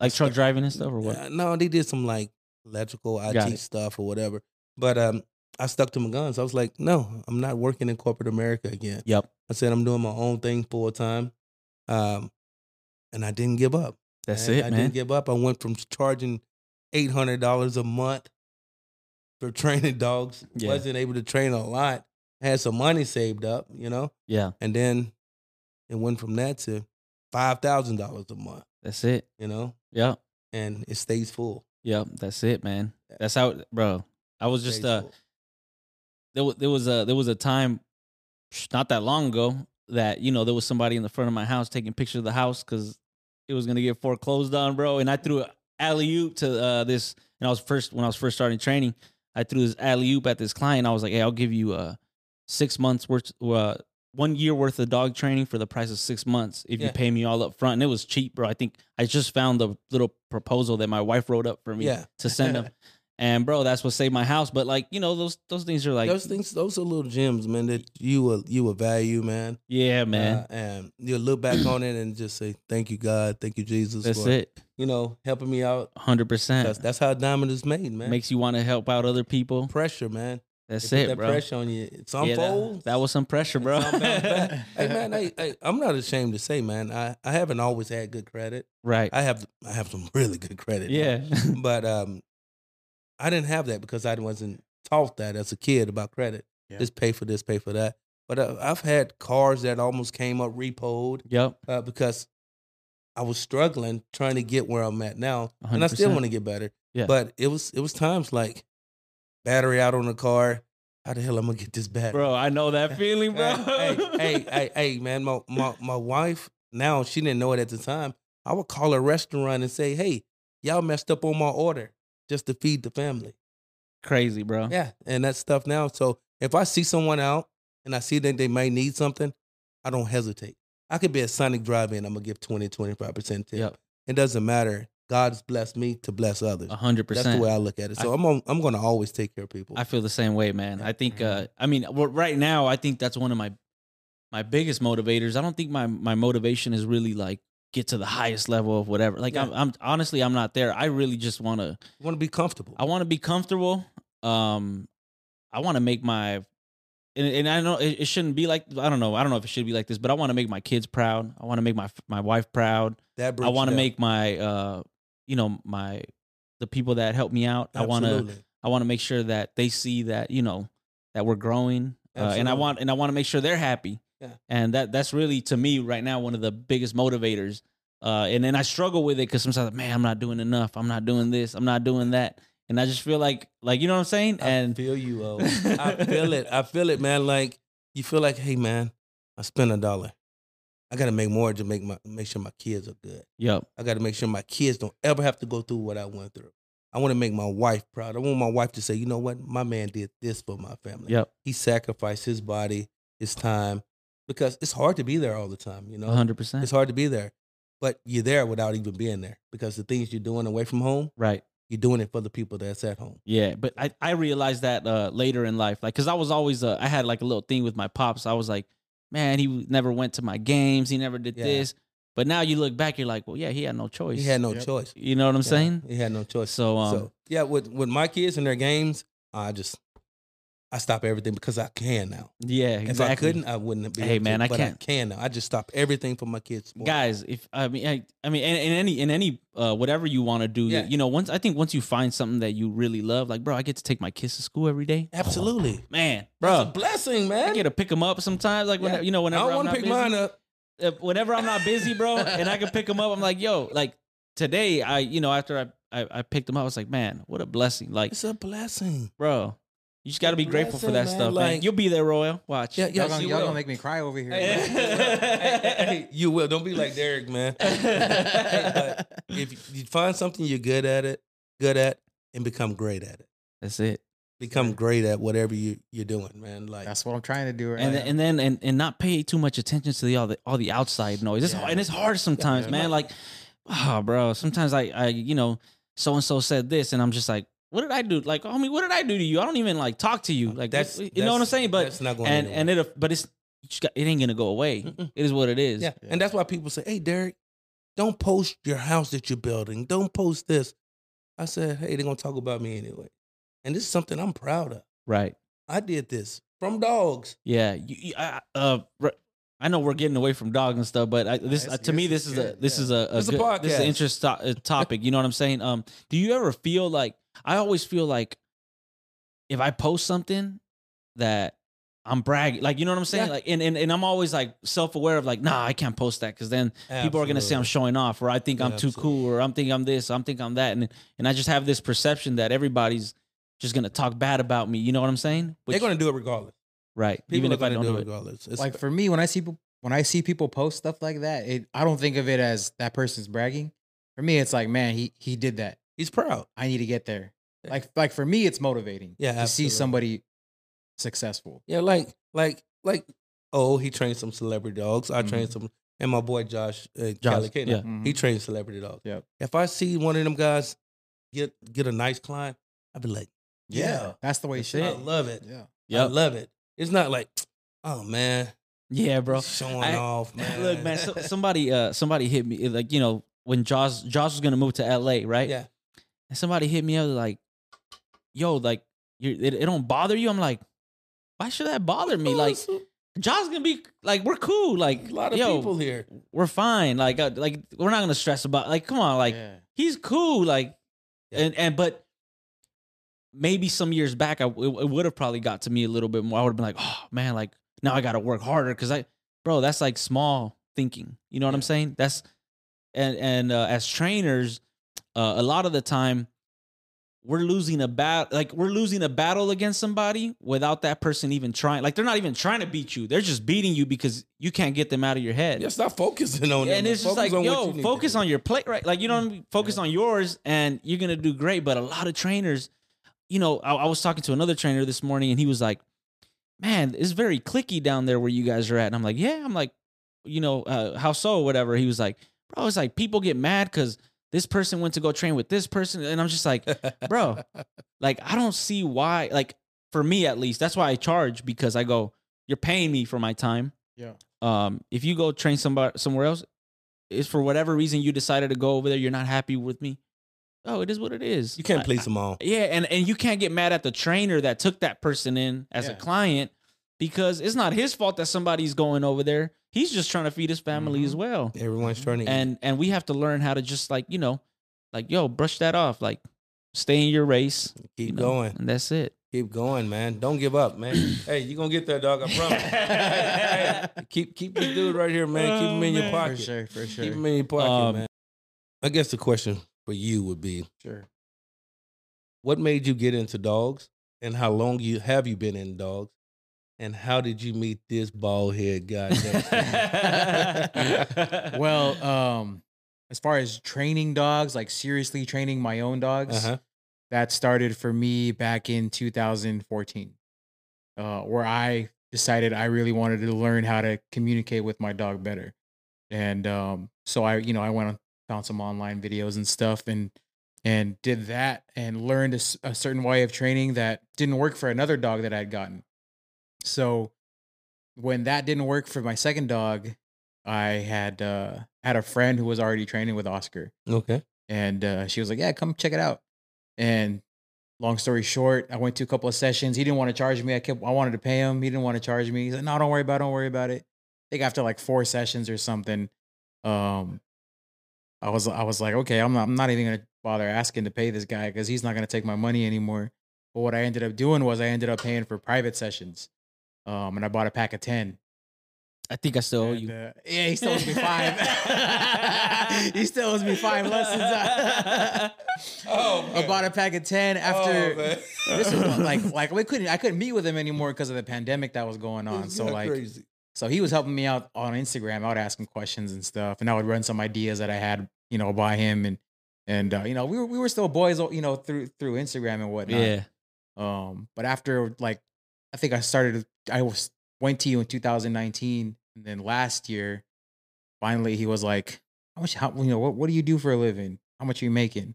S2: like truck driving and stuff or what?
S4: uh, no, they did some like electrical IT
S2: Got it.
S4: stuff or whatever. But um, I stuck to my guns. I was like, no, I'm not working in corporate America again.
S2: Yep.
S4: I said I'm doing my own thing full time, um, and I didn't give up.
S2: That's
S4: I,
S2: it,
S4: I
S2: man.
S4: didn't give up. I went from charging eight hundred dollars a month for training dogs.
S2: Yeah.
S4: Wasn't able to train a lot. Had some money saved up, you know,
S2: yeah,
S4: and then it went from that to five thousand dollars a month,
S2: that's it.
S4: you know,
S2: Yep.
S4: and it stays full.
S2: Yep, that's it, man. That's how, bro. I was just
S4: Stays
S2: uh,
S4: full.
S2: there, wa- there was a there was a time, psh, not that long ago, that you know there was somebody in the front of my house taking pictures of the house because it was gonna get foreclosed on, bro. And I threw an alley oop to uh, this, and I was first when I was first starting training, I threw this alley oop at this client. I was like, hey, I'll give you uh six months worth, uh, one year worth of dog training for the price of six months if you
S4: Yeah.
S2: pay me all up front. And it was cheap, bro. I think I just found the little proposal that my wife wrote up for me
S4: Yeah.
S2: to send them. And bro, that's what saved my house. But like, you know, those those things are like,
S4: those things, those are little gems, man. That you will you will value, man.
S2: yeah, man,
S4: Uh, and you'll look back on it and just say, "Thank you, God. Thank you, Jesus."
S2: that's
S4: for,
S2: it,
S4: You know, helping me out.
S2: hundred
S4: That's,
S2: percent.
S4: that's how a diamond is made, man.
S2: Makes you want to help out other people.
S4: pressure, man.
S2: That's
S4: They put
S2: it,
S4: that
S2: bro.
S4: pressure on you. It's
S2: Yeah,
S4: unfolds.
S2: that, that was some pressure, bro.
S4: Some bounce back. hey man, hey, hey, I'm not ashamed to say, man, I, I haven't always had good credit.
S2: right?
S4: I have I have some really good credit. now.
S2: yeah,
S4: But um I didn't have that because I wasn't taught that as a kid about credit.
S3: Yeah.
S4: Just pay for this, pay for that. But I, I've had cars that almost came up repoed
S2: yep,
S4: uh, because I was struggling trying to get where I'm at now, and I still
S2: 100%.
S4: want to get better.
S2: Yeah.
S4: But it was it was times like battery out on the car. How the hell am I gonna get this battery?
S2: bro. I know that feeling, bro.
S4: Hey, hey, hey, hey, man. My, my my wife now she didn't know it at the time. I would call a restaurant and say, "Hey, y'all messed up on my order just to feed the family."
S2: crazy, bro.
S4: Yeah, and that stuff now. So if I see someone out and I see that they may need something, I don't hesitate. I could be at Sonic Drive-In. I'm gonna give 20, 25 percent tip.
S2: Yep.
S4: It doesn't matter. God's blessed me to bless others.
S2: A hundred
S4: That's
S2: percent.
S4: the way I look at it. So I, am on, I'm gonna always take care of people.
S2: I feel the same way, man.
S4: Yeah. Mm-hmm.
S2: I think.
S3: Mhm.
S2: Uh, I mean, well, right now, I think that's one of my my biggest motivators. I don't think my my motivation is really like get to the highest level of whatever. Like,
S4: Yeah.
S2: I'm, I'm honestly, I'm not there. I really just want to.
S4: want to be comfortable.
S2: I want to be comfortable. Um, I want to make my. And, and I know it, it shouldn't be like I don't know I don't know if it should be like this, but I want to make my kids proud. I want to make my my wife proud.
S4: that
S2: I
S4: breaks
S2: want to
S4: down.
S2: make my uh you know my the people that help me out. I want to
S4: Absolutely.
S2: I want to make sure that they see that you know that we're growing, uh, and I
S4: Absolutely.
S2: want and I want to make sure they're happy.
S4: Yeah.
S2: And that that's really to me right now one of the biggest motivators. Uh, and then I struggle with it because sometimes, man, I'm not doing enough. I'm not doing this. I'm not doing that. And I just feel like, like you know what I'm saying.
S4: I
S2: and
S4: feel you, oh, I feel it. I feel it, man. Like you feel like, hey, man, I spent a dollar. I got to make more to make my make sure my kids are good.
S2: yep,
S4: I got to make sure my kids don't ever have to go through what I went through. I want to make my wife proud. I want my wife to say, you know what, my man did this for my family.
S2: yep,
S4: He sacrificed his body, his time, because it's hard to be there all the time. You know,
S2: 100.
S4: it's
S2: percent
S4: hard to be there, but you're there without even being there because the things you're doing away from home
S2: Right.
S4: You're doing it for the people that's at home.
S2: Yeah, but I, I realized that uh, later in life, like, cause I was always uh, I had like a little thing with my pops. I was like, man, he w- never went to my games. He never did
S4: Yeah.
S2: this. But now you look back, you're like, well, yeah, he had no choice.
S4: He had no
S3: Yep.
S4: choice.
S2: you know what I'm
S4: Yeah,
S2: saying?
S4: He had no choice.
S2: So, um,
S4: so yeah, with with my kids and their games, I just I stop everything because I can now.
S2: yeah, exactly.
S4: If I couldn't, I wouldn't be.
S2: Hey,
S4: able to,
S2: man, I
S4: but
S2: can't-
S4: I can now. I just stop everything for my kids. sports.
S2: guys if i mean i, I mean in, in any in any uh whatever you want to do
S4: Yeah.
S2: you know once i think once you find something that you really love like bro i get to take my kids to school every day
S4: absolutely,
S2: man
S4: That's
S2: bro
S4: a blessing,
S2: i
S4: man.
S2: get to pick them up sometimes like when
S4: Yeah.
S2: you know
S4: I
S2: whenever
S4: don't
S2: i'm
S4: want
S2: not
S4: to pick
S2: busy,
S4: mine up.
S2: uh, whenever i'm not busy bro and i can pick them up i'm like yo like today i you know after i i, I picked them up i was like man what a blessing like
S4: It's a blessing.
S2: bro you just got to be grateful for that
S4: blessing,
S2: stuff
S4: man,
S2: man.
S4: like-
S2: you'll be there royal watch
S4: Yeah, yeah,
S3: Y'all
S4: Yes,
S3: gonna,
S4: you
S3: y'all
S4: will.
S3: gonna make me cry over here.
S4: Hey, you will. Don't be like Derek, man. But if you find something you're good at it, good at, and become great at it,
S2: that's it
S4: become great at whatever you you're doing, man. Like
S3: That's what I'm trying to do right
S2: and
S3: now.
S2: then, and then and, and not pay too much attention to the all the all the outside noise. It's
S3: Yeah.
S2: hard, and it's hard sometimes,
S3: Yeah.
S2: man. Like, oh, bro, sometimes I I you know so and so said this, and I'm just like, what did I do? Like, homie, what did I do to you? I don't even like talk to you. Like, that's, you know what I'm saying? But
S4: that's not going
S2: and
S4: anywhere.
S2: and it but it's you just got, it ain't gonna go away.
S4: Mm-mm.
S2: It is what it is.
S4: yeah. and that's why people say, "Hey, Derek, don't post your house that you're building. Don't post this." I said, "Hey, they're gonna talk about me anyway," and this is something I'm proud of.
S2: Right.
S4: I did this from dogs.
S2: Yeah. You, you- I, I- uh, re- I know we're getting away from dog and stuff, but I, this uh,
S3: it's-
S2: to me
S3: this
S2: this
S3: is
S2: is, a
S3: good,
S2: this
S3: yeah.
S2: is a, a
S4: This is a
S2: good- this is an
S4: podcast.
S2: interest to- uh, topic. You know what I'm saying? Um, do you ever feel like I always feel like if I post something that I'm bragging, like you know what I'm saying?
S4: Yeah.
S2: Like, and, and and I'm always like self aware of like, nah, I can't post that because then people are gonna say I'm
S4: Absolutely.
S2: showing off, or I think I'm too
S4: Absolutely.
S2: cool, or I'm thinking I'm this, I'm thinking I'm that, and and I just have this perception that everybody's just gonna talk bad about me. You know what I'm saying? Which-
S4: They're gonna do it regardless.
S2: right,
S4: People
S2: even
S4: are
S2: if I
S4: gonna
S2: don't do it.
S4: regardless. It's-
S3: like for me, when I see people when I see people post stuff like that, it I don't think of it as that person's bragging. For me, it's like, man, he he did that.
S4: he's proud.
S3: I need to get there.
S4: Yeah.
S3: Like like for me, it's motivating.
S4: Yeah,
S3: to
S4: absolutely.
S3: see somebody successful.
S4: Yeah, like like like oh, he trained some celebrity dogs. I trained some, and my boy Josh uh, Josh,
S2: Mm-hmm. yeah. Mm-hmm.
S3: Mhm.
S4: he trained celebrity dogs.
S3: Yep.
S4: If I see one of them guys get get a nice client, I'd be like, yeah,
S3: that's the way you
S2: That's
S3: should.
S4: I
S2: it.
S3: be.
S4: love it.
S3: Yeah,
S4: I
S2: Yep.
S4: love it. It's not like, oh man,
S2: Yeah, bro.
S4: showing
S2: I-
S4: off, man.
S2: Look, man, so, somebody uh somebody hit me like, you know, when Josh Josh was gonna move to LA, right?
S4: Yeah.
S2: And somebody hit me up like, yo, like you it, it don't bother you? I'm like, why should that bother me? Like Josh gonna be like we're cool. Like
S4: a Oh, lot of
S2: yo,
S4: people here.
S2: We're fine. Like uh, like we're not gonna stress about like come on, like
S3: Yeah.
S2: he's cool. Like
S4: Yeah.
S2: and and but maybe some years back I it, would have probably got to me a little bit more. I would have been like, oh man, like now I got to work harder because I, bro, that's like small thinking. You know what I'm
S4: Yeah.
S2: saying? That's and and uh, as trainers, uh, a lot of the time we're losing a bat like we're losing a battle against somebody without that person even trying. Like they're not even trying to beat you. They're just beating you because you can't get them out of your head.
S4: Yeah, stop focusing on
S2: Yeah,
S4: them.
S2: and
S4: man.
S2: it's just like,
S4: Focus on what
S2: yo,
S4: you need to
S2: focus
S4: do.
S2: on your plate, right? Like, you know, what I mean? focus on yours, and you're gonna do great. But a lot of trainers, you know, I, I was talking to another trainer this morning, and he was like, "Man, it's very clicky down there where you guys are at." And I'm like, "Yeah," I'm like, you know, uh, how so, whatever. He was like, "Bro, it's like people get mad because this person went to go train with this person," and I'm just like, "Bro, like I don't see why." Like for me, at least, that's why I charge because I go, "You're paying me for my time."
S3: yeah.
S2: um, if you go train somebody somewhere else, it's for whatever reason you decided to go over there. You're not happy with me. Oh, it is what it is.
S4: you can't
S2: I-
S4: please them all.
S2: I- yeah, and and you can't get mad at the trainer that took that person in as a
S3: Yeah.
S2: client because it's not his fault that somebody's going over there. He's just trying to feed his family
S4: Mm-hmm.
S2: as well.
S4: Everyone's trying to eat.
S2: And and we have to learn how to just like you know, like yo, brush that off. Like stay in your race.
S4: keep
S2: you know,
S4: going.
S2: and that's it.
S4: Keep going, man. Don't give up, man. hey, you're gonna get there, dog. I promise. Hey, keep keep this dude right here, man. keep
S2: Oh,
S4: him in your
S3: For
S4: pocket.
S3: sure, for sure,
S4: Keep him in your pocket,
S2: Um,
S4: man. I guess the question for you would be,
S3: sure.
S4: what made you get into dogs, and how long you have you been in dogs, and how did you meet this bald head guy? next to you?
S3: Well, um, as far as training dogs, like seriously training my own dogs,
S4: uh-huh.
S3: that started for me back in 2014, uh, where I decided I really wanted to learn how to communicate with my dog better. And um, so I, you know, I went and found some online videos and stuff and and did that and learned a, s- a certain way of training that didn't work for another dog that I had gotten. So when that didn't work for my second dog, I had uh, had a friend who was already training with Oscar,
S4: Okay.
S3: and uh, she was like, "Yeah, come check it out." And long story short, I went to a couple of sessions. He didn't want to charge me. I kept I wanted to pay him. He didn't want to charge me. He's like, "No, don't worry about it. Don't worry about it." I think after like four sessions or something, um, I was I was like, "Okay, I'm not I'm not even gonna bother asking to pay this guy because he's not gonna take my money anymore." But what I ended up doing was I ended up paying for private sessions, um, and I bought a pack of ten.
S2: I think I still owe
S3: And,
S2: you.
S3: uh, yeah, he still owes me five. he still owes me five lessons.
S4: Oh,
S3: I bought a pack of ten after. this was like like we couldn't I couldn't meet with him anymore because of the pandemic that was going on. So like
S4: crazy.
S3: so he was helping me out on Instagram. I would ask him questions and stuff, and I would run some ideas that I had you know by him and and uh, you know we were we were still boys you know through through Instagram and whatnot.
S2: Yeah.
S3: Um, but after like, I think I started. I was went to you in 2019, and then last year, finally he was like, "How much? How you know what? What do you do for a living? How much are you making?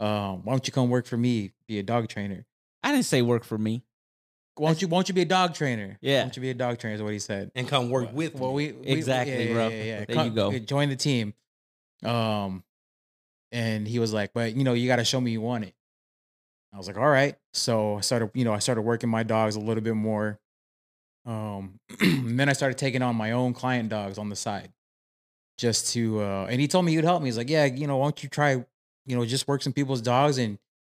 S3: Um, why don't you come work for me? Be a dog trainer.
S2: I didn't say work for me.
S3: Why don't you? Why don't you be a dog trainer?
S2: Yeah.
S3: Why don't you be a dog trainer? Is what he said.
S4: And come work with
S3: Well,
S4: me.
S3: we, we-
S2: Exactly, bro. There you go.
S3: Join the team. Um, and he was like, "But you know, you got to show me you want it." I was like, "All right." So I started, you know, I started working my dogs a little bit more. Um, and then I started taking on my own client dogs on the side, just to. Uh, and he told me he'd help me. He's like, "Yeah, you know, why don't you try, you know, just work some people's dogs and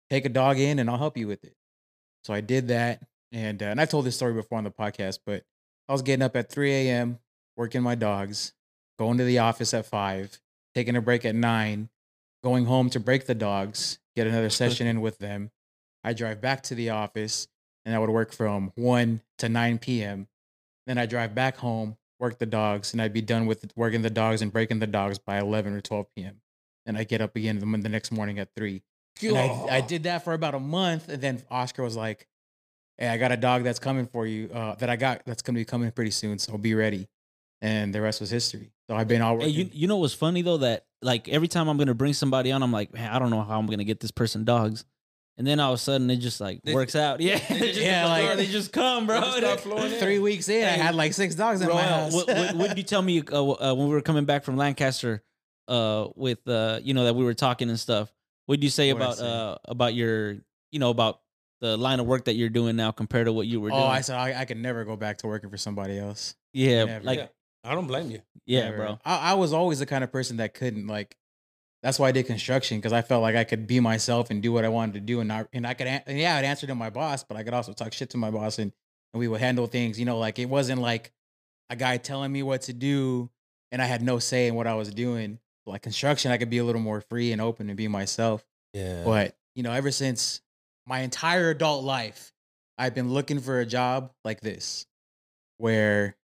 S3: take a dog in, and I'll help you with it." So I did that, and uh, and I've told this story before on the podcast, but I was getting up at 3 a.m working my dogs, going to the office at five, taking a break at nine, going home to break the dogs, get another session in with them. I drive back to the office and I would work from 1 to 9 p.m. Then I drive back home, work the dogs, and I'd be done with working the dogs and breaking the dogs by 11 or 12 p.m. And I get up again the the next morning at 3. And I, I did that for about a month, and then Oscar was like, "Hey, I got a dog that's coming for you. Uh, that I got that's going to be coming pretty soon. So be ready." And the rest was history. So I've been all
S2: Hey,
S3: working.
S2: you you know what's funny though that like every time I'm gonna bring somebody on, I'm like, man, I don't know how I'm gonna get this person dogs. And then all of a sudden it just like
S4: They-
S2: works out. Yeah.
S4: they just
S3: Yeah,
S4: start-
S3: like-
S4: they just come, bro.
S2: They
S4: They-
S2: start flowing
S3: Three weeks in, I
S4: Hey,
S3: had like six dogs in my
S4: Roel,
S3: house.
S2: what, what, what did you tell me uh, w- uh, when we were coming back from Lancaster? Uh, with uh, you know that we were talking and stuff. What did you say
S3: What'd I
S2: about
S3: say?
S2: uh about your you know about the line of work that you're doing now compared to what you were
S3: oh,
S2: doing?
S3: I said I, I could never go back to working for somebody else.
S2: yeah,
S3: never.
S2: like
S4: Yeah. I don't blame you.
S2: yeah,
S3: Never.
S2: bro.
S3: I, I was always the kind of person that couldn't like. That's why I did construction because I felt like I could be myself and do what I wanted to do, and I and I could an- and yeah, I'd answer to my boss, but I could also talk shit to my boss, and and we would handle things. You know, like it wasn't like a guy telling me what to do, and I had no say in what I was doing. Like construction, I could be a little more free and open and be myself.
S4: Yeah.
S3: But you know, ever since my entire adult life, I've been looking for a job like this, where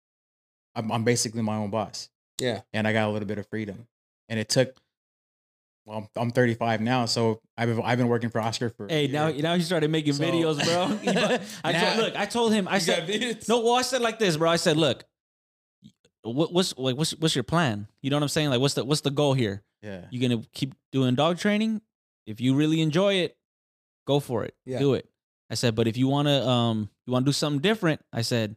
S3: I'm, I'm basically my own boss
S4: yeah.
S3: and I got a little bit of freedom. And it took, well, I'm, I'm 35 now, so I've been, I've been working for Oscar for. a
S2: Hey, now
S3: year.
S2: now you started making
S3: So-
S2: videos, bro. He bu- I
S3: Now-
S2: told, look, I told him. I
S4: You
S2: said
S4: got bids?
S2: No, well, I said like this, bro. I said, look, what, what's like, what's what's your plan? You know what I'm saying? Like, what's the what's the goal here?
S3: yeah,
S2: You gonna keep doing dog training? If you really enjoy it, go for it.
S4: Yeah.
S2: Do it. I said, but if you wanna um you wanna do something different, I said,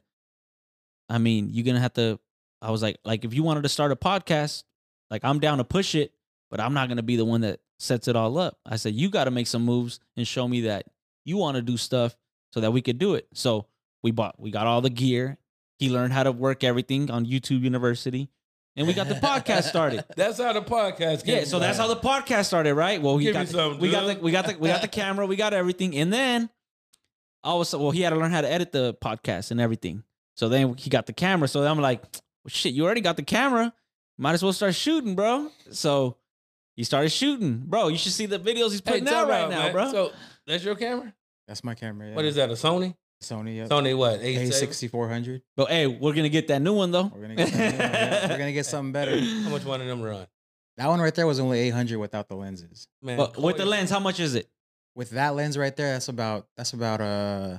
S2: I mean, you're gonna have to. I was like, like if you wanted to start a podcast, like I'm down to push it, but I'm not gonna be the one that sets it all up. I said, you got to make some moves and show me that you want to do stuff so that we could do it. So we bought, we got all the gear. He learned how to work everything on YouTube University, and we got the podcast started.
S4: That's how the podcast came
S2: Yeah, so that's how the podcast started, right? Well, we
S4: Give
S2: got
S4: me
S2: the,
S4: some,
S2: we got
S4: dude.
S2: the we got the we got the camera, we got everything, and then I was well, he had to learn how to edit the podcast and everything. So then he got the camera. So I'm like, well, shit, you already got the camera. Might as well start shooting, bro. So he started shooting, bro. You should see the videos he's
S4: Hey,
S2: putting out
S4: tell
S2: right
S4: Rob,
S2: now,
S4: man.
S2: bro.
S4: So that's your camera?
S3: that's my camera. Yeah.
S4: What is that? A Sony?
S3: Sony? Yep.
S4: Sony what?
S3: A6400.
S2: but hey, we're gonna get that new one though.
S3: We're gonna get something, yeah, we're gonna get something better.
S4: How much one of them run?
S3: That one right there was only 800 without the lenses.
S4: Man,
S2: But with the
S4: Chloe-
S2: lens, how much is it?
S3: With that lens right there, that's about that's about uh,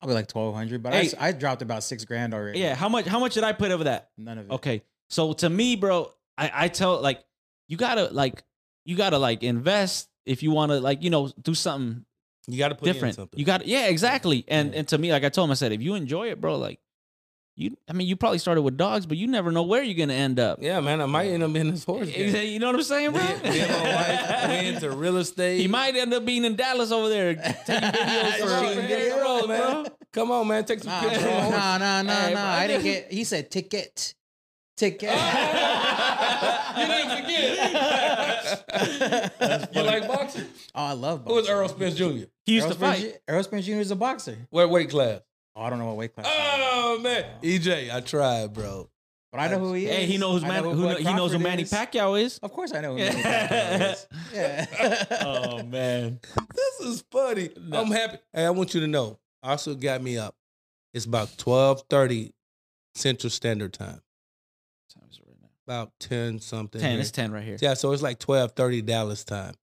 S3: probably like 1200. But I
S2: Hey.
S3: s- I, dropped about six grand already.
S2: Yeah, how much how much did I put over that?
S3: none of it.
S2: Okay. So to me, bro, I, I tell like you gotta like you gotta like invest if you want to like you know do something
S4: You got to put in
S2: different.
S4: something.
S2: You got yeah, exactly. And
S4: Yeah.
S2: and to me, like I told him, I said, if you enjoy it, bro, like you, I mean, you probably started with dogs, but you never know where you're gonna end up.
S4: yeah, man. I might end up in this horse. game.
S2: Exa- You know what I'm saying,
S4: Me,
S2: bro?
S4: me and my wife we into real estate.
S2: he might end up being in Dallas over there taking videos
S4: Come on,
S2: for
S4: man.
S2: Gary
S4: Come
S2: Rose,
S4: on, man.
S2: bro.
S4: Come on, man. Take some
S3: Nah,
S4: pictures.
S3: bro, nah, nah, nah,
S2: Hey,
S3: nah.
S2: bro.
S3: I didn't get. He said ticket, ticket.
S4: you didn't forget. you like boxing?
S3: Oh, I love
S4: Who is
S3: boxing.
S4: Earl Spence Jr.?
S2: He used
S3: Errol
S2: to fight.
S3: Spence Ju- Errol Spence Jr. is a boxer.
S4: What weight class?
S3: Oh, I don't know what weight class. he is.
S4: Oh man, EJ, I tried, bro.
S3: but I know who he is.
S2: Uh, Hey, he knows
S3: I
S2: man.
S3: know
S2: who
S3: Bud
S2: kno- he knows who
S3: Crawford
S2: Manny
S3: is.
S2: Pacquiao is.
S3: Of course, I know who Manny Pacquiao is. Yeah.
S2: Oh man,
S4: This is funny. I'm happy. Hey, I want you to know. Also got me up. It's about twelve thirty Central Standard Time. About ten something.
S2: ten.
S4: here.
S2: It's ten right here.
S4: Yeah, so it's like twelve thirty Dallas time.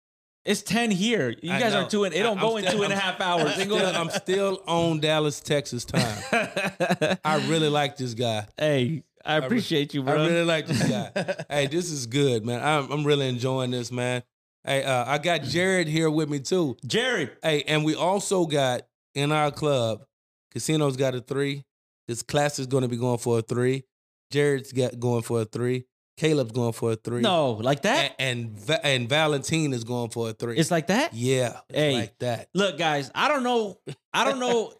S2: It's ten here. You
S4: I
S2: guys
S4: know.
S2: are two. In, it
S4: I-
S2: don't
S4: I'm
S2: go in
S4: still-
S2: two and a
S4: I'm-
S2: half
S4: I'm
S2: hours. It
S4: still, I'm still on Dallas, Texas time.
S2: goes.
S4: I really like this guy.
S2: Hey, I
S4: re-
S2: appreciate you,
S4: I
S2: bro.
S4: really like this guy. hey, this is good, man. I'm I'm really enjoying this, man. Hey, uh, I got Jared here with me too.
S2: Jerry.
S4: Hey, and we also got in our club, Casino's got a three. This class is going to be going for a three. Jared's got going for a three. Caleb's going for a three.
S2: No, like that.
S4: and and, Va- and Valentine is going for a three.
S2: It's like that.
S4: yeah, it's
S2: Hey.
S4: like that.
S2: Look, guys, I don't know. I don't know,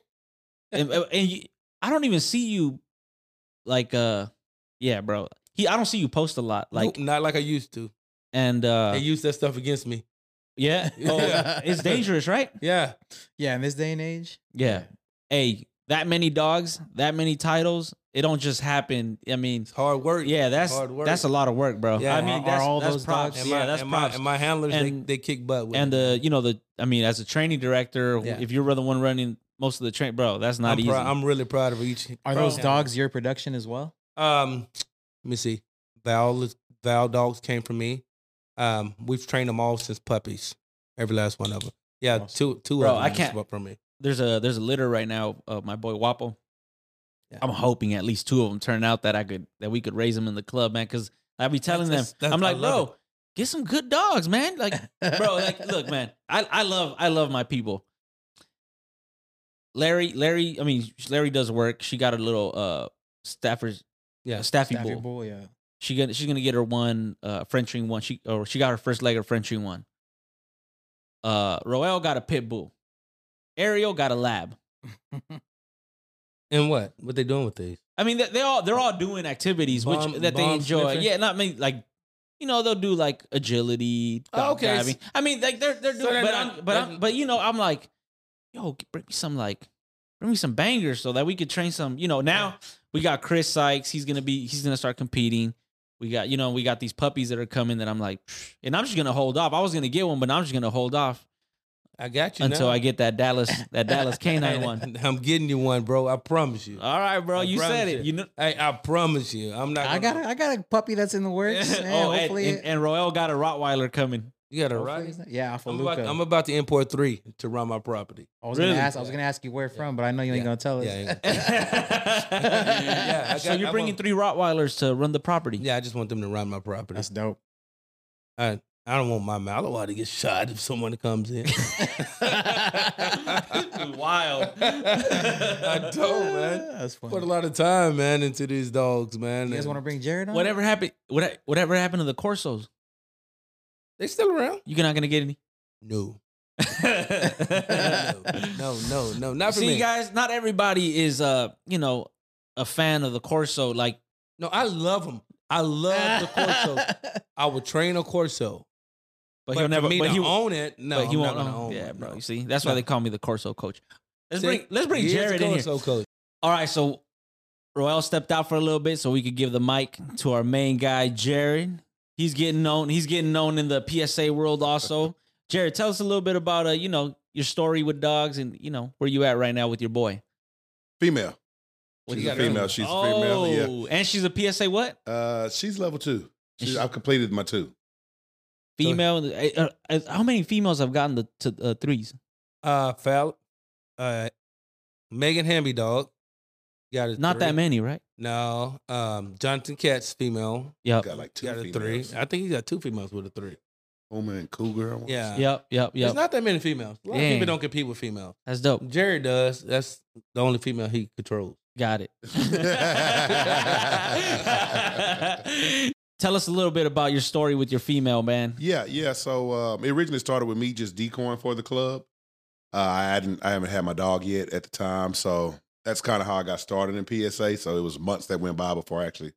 S2: and, and you, I don't even see you. Like, uh, yeah, bro. He, I don't see you post a lot. Like,
S4: Nope, not like I used to.
S2: and
S4: they
S2: uh,
S4: used that stuff against me.
S2: yeah, oh, it's dangerous, right?
S4: Yeah,
S3: yeah, in this day and age,
S2: Yeah. Hey, that many dogs, that many titles. It don't just happen. I mean,
S4: it's hard work.
S2: yeah, that's
S4: Hard work.
S2: that's a lot of work, bro.
S4: Yeah.
S2: I
S4: Are-
S2: mean,
S3: are
S2: that's,
S3: all
S2: that's
S3: those
S2: props.
S3: dogs-
S4: And
S2: yeah,
S4: my,
S2: that's
S4: and my,
S2: props.
S4: and my handlers,
S2: And-
S4: they, they kick butt with
S2: and
S4: me.
S2: the you know the I mean as a training director,
S4: Yeah.
S2: if you're the one running most of the train, bro, that's not
S4: I'm,
S2: easy.
S4: prou- I'm really proud of each.
S3: are
S4: bro.
S3: those dogs your production as well?
S4: Um, let me see. Val Val dogs came from me. Um, we've trained them all since puppies. Every last one of them. Yeah,
S3: Awesome.
S4: two two
S2: Bro,
S4: of them
S2: I can't-
S4: is from me.
S2: there's a there's a litter right now of my boy Wapo.
S4: Yeah.
S2: I'm hoping at least two of them turn out that I could that we could raise them in the club, man. Because I be telling
S4: That's-
S2: them,
S4: that's-
S2: I'm
S4: I
S2: like,
S4: love
S2: bro, get some good dogs, man. Like, bro, like, look, man, I I love I love my people. Larry, Larry, I mean, Larry does work. She got a little uh Stafford's
S4: Yeah.
S2: Staffy,
S3: Staffy
S2: bull.
S3: Bull, yeah.
S2: She gonna she's gonna get her one uh French ring one. She or she got her first leg of French ring one. Uh Roel got a pit bull. Ariel got a lab.
S4: And what? What they doing with these?
S2: I mean they, they all they're all doing activities
S4: Bomb-
S2: which that they
S4: bomb
S2: enjoy.
S4: sniffing?
S2: Yeah, not many like you know they'll do like agility.
S4: Oh,
S2: di-
S4: okay.
S2: diving. I mean like they're they're
S4: So
S2: doing
S4: they're
S2: but
S4: not-
S2: I'm, but I'm,
S4: they're-
S2: but you know I'm like yo bring me some like bring me some bangers so that we could train some you know now we got Chris Sykes he's gonna be he's gonna start competing. We got you know we got these puppies that are coming that I'm like psh, and I'm just gonna hold off. I was gonna get one but I'm just gonna hold off
S4: I got you
S2: until
S4: now.
S2: I get that Dallas that Dallas canine
S4: Hey,
S2: one.
S4: I'm getting you one, bro. I promise you.
S2: All right, bro,
S4: I
S2: you
S4: promise
S2: said it. You know
S4: Hey, I promise you. I'm not.
S3: I got
S4: gonna-
S3: a, I got a puppy that's in the works. Yeah,
S2: oh, and,
S3: hopefully,
S2: and,
S3: it-
S2: and Roel got a Rottweiler coming.
S4: You got a
S3: hopefully
S4: right.
S3: it's not- yeah,
S4: I'm about,
S3: Alphaluca.
S4: I'm about to import three to run my property.
S3: I was
S2: Really?
S3: gonna ask. I was gonna ask you where from, but I know you ain't
S4: Yeah.
S3: gonna tell us.
S4: Yeah, yeah. I
S2: so
S4: got-
S2: you're
S4: I
S2: bringing
S4: want-
S2: three Rottweilers to run the property.
S4: Yeah, I just want them to run my property.
S3: That's dope.
S4: I, I don't want my Malawai to get shot if someone comes in.
S2: Wild.
S4: I don't, man.
S3: That's funny.
S4: Put a lot of time, man, into these dogs, man.
S3: you guys
S4: and
S3: want to bring Jared on?
S2: Whatever happened? What, whatever happened to the Corsos?
S4: they still around?
S2: You're not gonna get any.
S4: No. no, no, no, no, not for
S2: See,
S4: me.
S2: guys, not everybody is uh, you know, a fan of the Corso. Like,
S4: no, I love them. I love the corso. I would train a corso,
S2: but, he'll
S4: for
S2: never.
S4: me
S2: But
S4: to
S2: he,
S4: own it. No,
S2: but he
S4: I'm
S2: won't.
S4: not gonna
S2: own-
S4: own.
S2: yeah,
S4: one,
S2: bro.
S4: no.
S2: You see, that's why
S4: No.
S2: they call me the Corso coach. Let's
S4: See?
S2: bring. Let's bring
S4: He is a
S2: Jared in here.
S4: corso coach.
S2: All right, so Royale stepped out for a little bit so we could give the mic to our main guy, Jared. He's getting known. He's getting known in the PSA world also. Jared, tell us a little bit about uh, you know, your story with dogs and you know where you at right now with your boy.
S5: Female.
S2: What
S5: she's
S2: you
S5: a
S2: got?
S5: female. She's a female. Yeah.
S2: Oh, and she's a PSA what?
S5: Uh, she's level two.
S2: Is
S5: She's,
S2: she-
S5: I've completed my two.
S2: Female. uh, uh, how many females have gotten the to uh, threes?
S4: Uh, Fal, uh, Megan Hamby dog. Got a
S2: Not
S4: three.
S2: that many,
S5: Oh,
S2: right?
S4: No, um, Jonathan Katz female.
S2: Yeah.
S5: Got like two
S4: got a
S5: females.
S4: three. I think he got two females with a three.
S5: Homer and Cougar. I wanna
S4: Yeah.
S5: say.
S2: Yep, yep,
S4: There's
S2: yep.
S4: not that many females. A lot of
S2: Dang.
S4: people don't compete with females.
S2: That's dope.
S4: Jerry does. That's the only female he controls.
S2: Got it. Tell us a little bit about your story with your female man.
S5: Yeah, yeah. So um, it originally started with me just decoying for the club. Uh, I hadn't, I haven't had my dog yet at the time, so that's kind of how I got started in PSA. So it was months that went by before I actually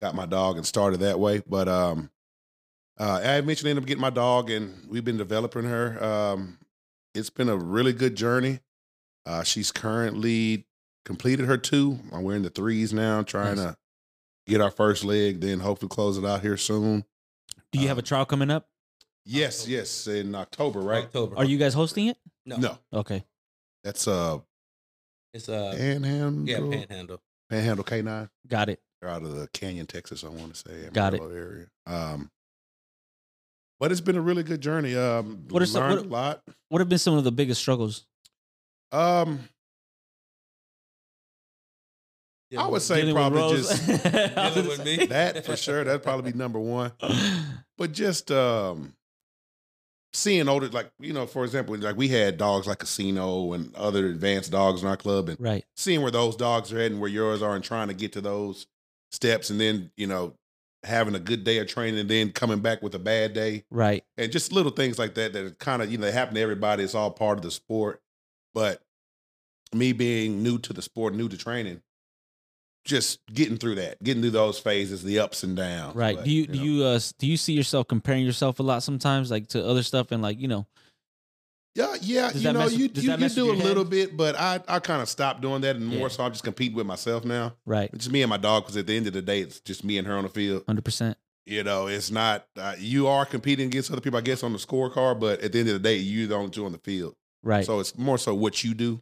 S5: got my dog and started that way. But um, uh, I eventually ended up getting my dog, and we've been developing her. Um, it's been a really good journey. Uh, she's currently completed her two. I'm wearing the threes now, trying
S2: Nice.
S5: to get our first leg, then hopefully close it out here soon.
S2: Do you have a
S5: Um,
S2: trial coming up?
S5: Yes,
S4: October.
S5: yes, in October, right?
S4: October.
S2: Are you guys hosting it?
S4: No.
S5: No,
S2: Okay.
S5: that's uh
S4: It's uh
S5: Panhandle.
S4: yeah, panhandle.
S5: Panhandle K9.
S2: Got it.
S5: They're out of the Canyon, Texas, I want to say.
S2: Got it.
S5: Amarillo Area. Um, but it's been a really good journey. Um,
S2: What are
S5: learned
S2: some-
S5: a
S2: what-
S5: lot.
S2: What have been some of the biggest struggles?
S5: Um, I would say probably just
S4: Dealing with me.
S5: that for sure. That'd probably be number one. But just um, seeing older, like you know, for example, like we had dogs like Casino and other advanced dogs in our club, and
S2: right.
S5: seeing where those dogs are at and where yours are and trying to get to those steps and then you know having a good day of training and then coming back with a bad day
S2: Right.
S5: and just little things like that that kind of you know they happen to everybody it's all part of the sport but me being new to the sport new to training just getting through that getting through those phases the ups and downs
S2: Right.
S5: But,
S2: do you, do
S5: know.
S2: you uh s- do you see yourself comparing yourself a lot sometimes like to other stuff and like, you know,
S5: Yeah, yeah.
S2: Does
S5: you
S2: that
S5: know,
S2: mess with-
S5: you
S2: does
S5: you,
S2: that
S5: you
S2: mess with
S5: do a
S2: your head?
S5: little bit, but I I kind of stopped doing that, and
S2: Yeah.
S5: more so I'm just competing with myself now.
S2: right.
S5: It's me and my dog, because at the end of the day, it's just me and her on the field.
S2: 100%.
S5: You know, it's not uh, you are competing against other people, I guess, on the scorecard. But at the end of the day, you're the only two on the field,
S2: Right.
S5: so it's more so what you do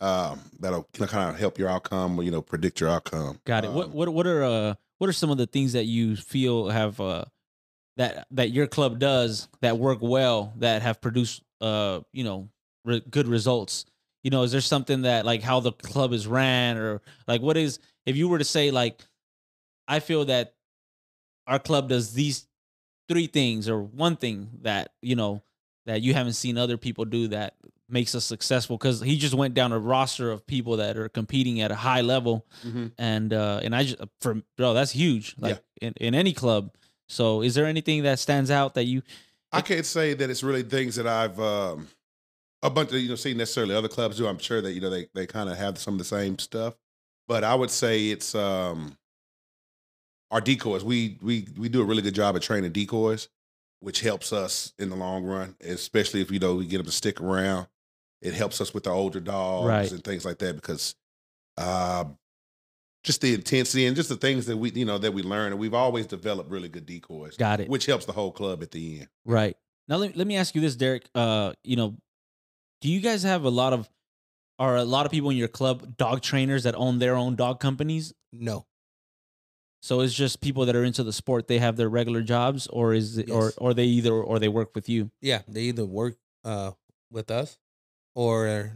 S5: um, that'll kind of help your outcome, or, you know, predict your outcome.
S2: Got it. what
S5: Um,
S2: what what are uh what are some of the things that you feel have uh that that your club does that work well that have produced uh you know re- good results? You know, is there something that like how the club is ran or like what is if you were to say like I feel that our club does these three things or one thing that you know that you haven't seen other people do that makes us successful because he just went down a roster of people that are competing at a high level
S5: mhm.
S2: and uh and I just for bro that's huge like in, in any club. So is there anything that stands out that you
S5: I can't say that it's really things that I've um, a bunch of you know seen necessarily other clubs do. I'm sure that you know they they kind of have some of the same stuff, but I would say it's um, our decoys. We we we do a really good job at training decoys, which helps us in the long run, especially if you know we get them to stick around. It helps us with the older dogs
S2: Right.
S5: and things like that because uh, just the intensity and just the things that we you know that we learn and we've always developed really good decoys,
S2: got it
S5: which helps the whole club at the end.
S2: right? Now let, let me ask you this, Derek. Uh, you know, do you guys have a lot of are a lot of people in your club dog trainers that own their own dog companies?
S4: No.
S2: So it's just people that are into the sport. They have their regular jobs, or is it, or
S4: Yes.
S2: or they either or they work with you.
S4: Yeah. They either work uh with us or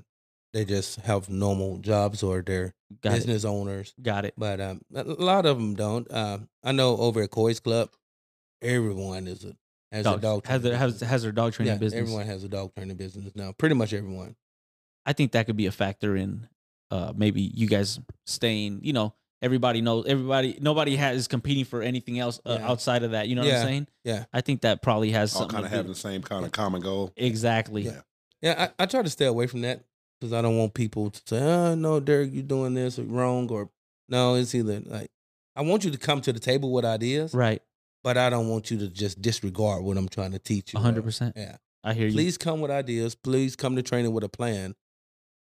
S4: they just have normal jobs or they're
S2: Got it.
S4: business owners.
S2: Got it.
S4: But um a a lot of them don't. Um I know over at Coy's Club, everyone is a has a
S2: Dogs.
S4: dog
S2: has their
S4: training
S2: has,
S4: business.
S2: has their dog training
S4: yeah,
S2: business.
S4: Everyone has a dog training business now. Pretty much everyone.
S2: I think that could be a factor in uh maybe you guys staying, you know, everybody knows everybody nobody has is competing for anything else uh,
S4: Yeah.
S2: outside of that, you know what
S4: Yeah,
S2: I'm saying?
S4: yeah.
S2: I think that probably has
S5: all
S2: something
S5: kind of
S2: to do-
S5: having the same kind of common goal.
S2: Exactly.
S5: Yeah.
S4: Yeah, I, I try to stay away from that because I don't want people to say, "Oh no, Derek, you're doing this wrong," or no, it's either like I want you to come to the table with ideas,
S2: Right.
S4: but I don't want you to just disregard what I'm trying to teach you.
S2: 100%.
S4: Yeah,
S2: I hear you.
S4: please come with ideas. Please come to training with a plan,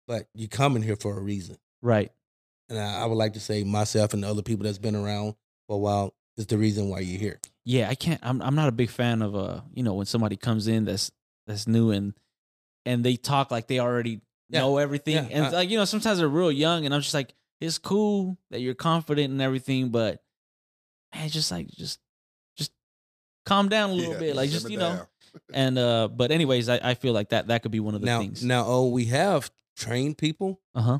S4: but you coming here for a reason.
S2: Right.
S4: And I, I would like to say myself and the other people that's been around for a while is the reason why you're here.
S2: Yeah, I can't I'm I'm not a big fan of uh, you know, when somebody comes in that's that's new and and they talk like they already
S4: Yeah.
S2: know everything.
S4: Yeah.
S2: And
S4: Uh,
S2: like, you know, sometimes they're real young and I'm just like, it's cool that you're confident and everything, but man, just like just just calm down a little
S5: Yeah,
S2: bit. Like just,
S5: simmer
S2: you know.
S5: down.
S2: and uh but anyways I, I feel like that that could be one of the
S4: now,
S2: things
S4: now, oh, we have trained people
S2: uh-huh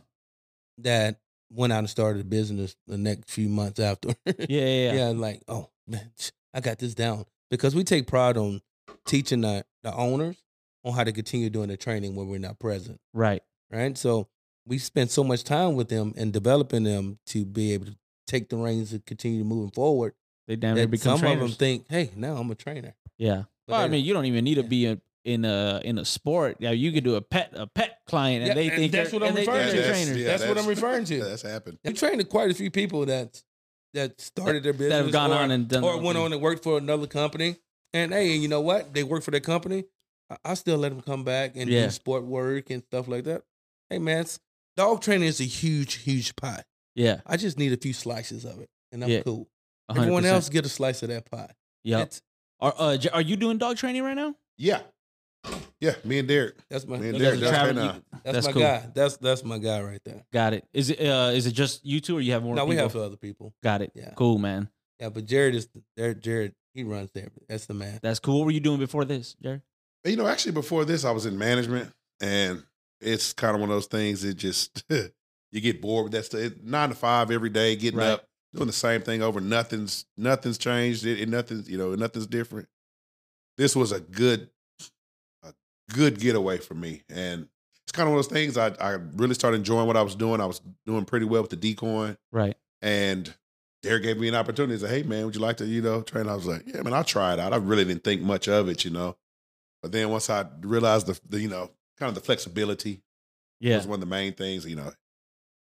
S4: that went out and started a business the next few months after.
S2: yeah yeah, yeah.
S4: yeah. like oh man, I got this down because we take pride on teaching the, the owners on how to continue doing the training when we're not present.
S2: Right.
S4: Right. So we spend so much time with them and developing them to be able to take the reins and continue moving forward.
S2: They damn near
S4: that
S2: become
S4: some
S2: trainers.
S4: of them think, hey, now I'm a trainer.
S2: yeah.
S4: But
S2: Well, I
S4: they-
S2: mean, you don't even need to
S4: yeah.
S2: be in in a in a sport. Now you could do a pet a pet client, and
S4: Yeah,
S2: they
S4: and
S2: think
S4: that's
S2: they're-
S4: what I'm
S2: and they think
S4: referring
S2: they're
S4: to.
S5: that's-
S2: trainers
S5: yeah,
S4: That's what I'm referring to.
S5: yeah, that's happened.
S4: we trained quite a few people that that started their business
S2: that have gone
S4: or-
S2: on and done.
S4: or
S2: their own
S4: went
S2: thing.
S4: on and worked for another company. And hey, you know what? They work for their company. I, I still let them come back and
S2: Yeah.
S4: do sport work and stuff like that. Hey, man, it's- dog training is a huge, huge pie.
S2: Yeah,
S4: I just need a few slices of it, and I'm
S2: Yeah,
S4: cool.
S2: 100%.
S4: Everyone else get a slice of that pie.
S2: Yeah.
S4: That's,
S2: Are uh, J- are you doing dog training right now?
S5: Yeah, yeah. Me and Derek.
S4: that's my
S5: Me and
S2: a
S4: that's,
S5: Derek
S4: my-
S5: does
S2: travel-
S5: that now.
S4: that's
S2: That's
S4: my
S2: cool.
S4: guy. That's that's my guy right there.
S2: Got it. Is it uh is it just you two, or you have more?
S4: no, we
S2: people?
S4: have other people.
S2: Got it.
S4: Yeah.
S2: Cool, man.
S4: Yeah, but Jared is there. Jared, he runs there. That's the man.
S2: That's cool. What were you doing before this, Jerry?
S5: You know, actually, before this, I was in management, and it's kind of one of those things. It just you get bored with that stuff. It- Nine to five every day, getting
S2: Right.
S5: up, doing the same thing over. Nothing's nothing's changed. It, it nothing's you know nothing's different. This was a good a good getaway for me, and it's kind of one of those things. I I really started enjoying what I was doing. I was doing pretty well with the decoin,
S2: Right.
S5: and Derek gave me an opportunity. He said, "Hey man, would you like to, you know, train?" I was like, "Yeah, man, I'll try it out." I really didn't think much of it, you know. But then once I realized the, the you know, kind of the flexibility
S2: Yeah.
S5: was one of the main things, you know.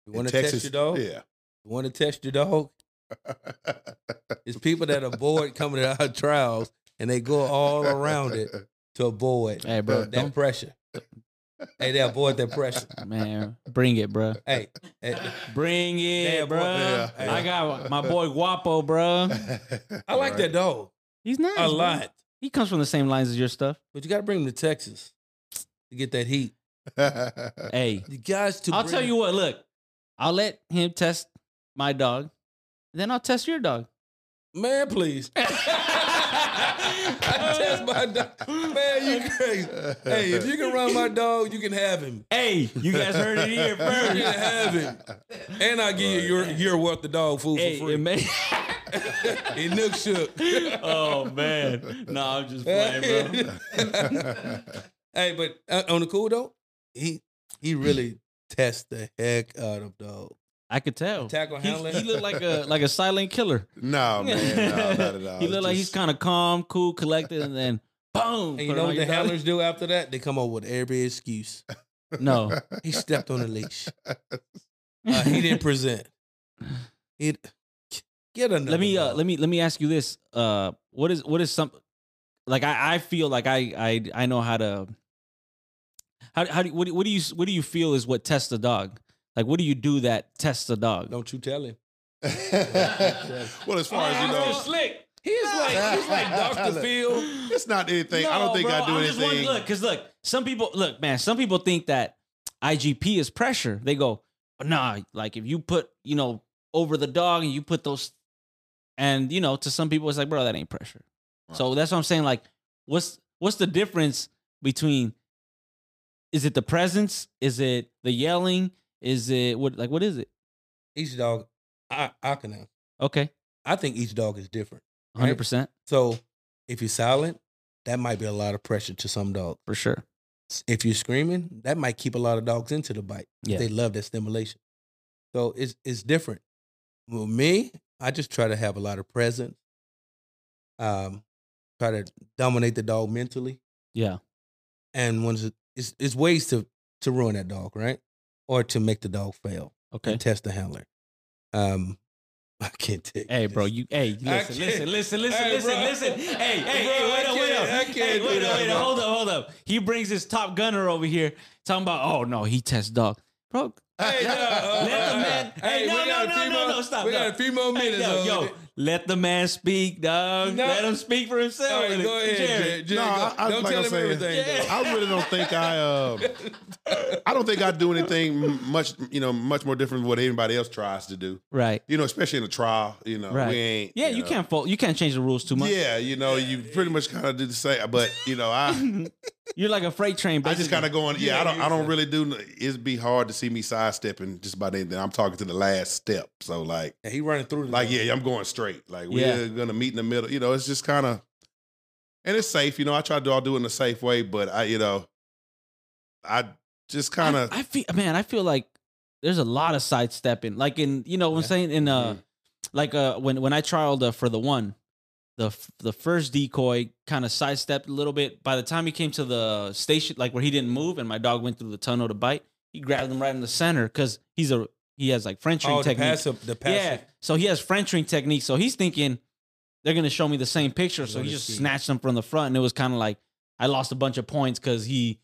S4: You
S5: in
S4: want to test
S5: Texas-
S4: your dog?
S5: Yeah.
S4: You want to test your dog? It's people that are bored coming to our trials and they go all around it to avoid
S2: Hey, bro.
S4: that
S2: Don't,
S4: pressure. Hey, they avoid that pressure.
S2: man, bring it, bro.
S4: Hey, eh, hey,
S2: Bring it,
S4: Yeah, boy.
S2: bro.
S5: Yeah,
S2: I got my boy Guapo, bro.
S4: I like that dog
S2: He's nice.
S4: a
S2: bro.
S4: lot,
S2: He comes from the same lines as your stuff.
S4: but you got to bring him to Texas to get that heat.
S5: that.
S2: Hey,
S4: You guys, to
S2: I'll
S4: bring-
S2: tell you what. Look, I'll let him test my dog, then I'll test your dog.
S4: man, please. I test my dog, man. You crazy? Hey, if you can run my dog, you can have him,
S2: Hey, you guys heard it here
S4: You can
S2: first.
S4: have him. and I give you your your worth of dog food
S2: hey,
S4: for free.
S2: it may-
S4: it nook shook.
S2: oh man, no, I'm just playing, bro.
S4: hey, but uh, on the cool though, he he
S2: Mm.
S4: really tests the heck out of dog.
S2: I could tell.
S4: Tackle
S2: He,
S4: handling.
S2: he looked like a like a silent killer.
S4: Oh,
S5: No, man, no, not at all.
S2: he looked like he's kind of calm, cool, collected, and then boom.
S4: and
S2: put
S4: you
S2: it
S4: know
S2: on
S4: what the
S2: your dog.
S4: handlers do after that? They come up with every excuse.
S2: No,
S4: He stepped on a leash. Uh, he didn't present. It get another.
S2: let me uh,
S4: dog.
S2: let me let me ask you this uh what is what is some like i i feel like i i i know how to how how do what, do- what do you what do you feel is what tests a dog like what do you do that tests a dog
S4: Don't you tell him.
S5: well, as far as you know,
S2: slick
S4: He's like he's like Doctor
S5: Look.
S4: Phil.
S5: It's not anything. I don't think I do anything.
S2: look because look some people look man some people think that igp is pressure they go nah like if you put you know over the dog and you put those and you know to some people it's like bro that ain't pressure So that's what I'm saying. Like, what's what's the difference between? Is it the presence? Is it the yelling? Is it what? Like, what is it?
S4: Each dog, I I can. Now.
S2: Okay,
S4: I think each dog is different.
S2: hundred percent
S4: So if you're silent, that might be a lot of pressure to some dogs.
S2: for sure.
S4: If you're screaming, that might keep a lot of dogs into the bite.
S2: Yeah.
S4: They love that stimulation. So it's it's different. With me, I just try to have a lot of presence. Um, try to dominate the dog mentally.
S2: Yeah,
S4: And once it- it's it's ways to to ruin that dog, right? Or to make the dog fail
S2: okay.
S4: and test the handler. Um, I can't take.
S2: Hey, bro,
S4: this.
S2: you hey listen, listen,
S4: can't-
S2: listen, listen,
S4: Hey,
S2: listen,
S4: bro.
S2: listen. Hey, hey,
S4: Bro,
S2: hey,
S4: I
S2: wait up, wait
S4: can't- I
S2: up.
S4: can't
S2: Hey,
S4: do
S2: wait up,
S4: that,
S2: wait
S4: bro.
S2: up. Hold up, hold up. He brings his top gunner over here talking about oh no, he tests dog. Bro,
S4: Hey, no, uh,
S2: Let the
S4: uh,
S2: man- hey, no,
S4: we got
S2: no,
S4: a
S2: no,
S4: few
S2: no,
S4: more-
S2: no, stop,
S4: We
S2: no.
S4: got a few more
S2: hey,
S4: minutes.
S2: yo,
S4: on
S2: yo,
S4: it.
S2: let the man speak, dog.
S4: No.
S2: Let him speak for himself.
S4: All right, go ahead,
S2: Jared.
S4: Jared. Jared,
S5: No,
S4: go.
S5: I- I-
S4: don't
S5: like
S4: tell
S5: I
S4: him
S5: said,
S4: everything. though.
S5: I really don't think I. Um, I don't think I do anything m- much. You know, much more different than what anybody else tries to do.
S2: Right.
S5: You know, especially in a trial. You know,
S2: Right.
S5: we ain't.
S2: Yeah, you
S5: know.
S2: can't fault. You can't change the rules too much.
S5: Yeah, you know, you pretty much kind of do the same. But you know, I
S2: You're like a freight train.
S5: I just
S2: basically.
S5: kind of going. Yeah,
S4: Yeah,
S5: I don't. I
S4: you-
S5: don't really do. n- It'd be hard to see me sidestepping just about anything. I'm talking to the last step. So like,
S4: Yeah, he running through. the
S5: like
S4: door.
S5: yeah, I'm going straight. Like
S2: Yeah.
S5: we're gonna meet in the middle. You know, it's just kind of. and it's safe. You know, I try to do, I'll do it in a safe way, but I, you know, I just
S2: I-
S5: kind of
S2: I, feel man, I feel like there's a lot of sidestepping. Like in you know what I'm
S4: Yeah.
S2: saying
S4: Mm-hmm.
S2: in uh like uh when when I trialed uh, for the one the f- the first decoy kind of sidestepped a little bit. By the time he came to the station, like where he didn't move, and my dog went through the tunnel to bite, he grabbed him right in the center because he's a he has like French ring
S4: Oh, the
S2: technique.
S4: passive, the
S2: yeah,
S4: passive.
S2: so he has French ring technique. So he's thinking they're gonna show me the same picture. So
S4: Let
S2: he
S4: it
S2: just
S4: see.
S2: snatched him from the front, and it was kind of like I lost a bunch of points because he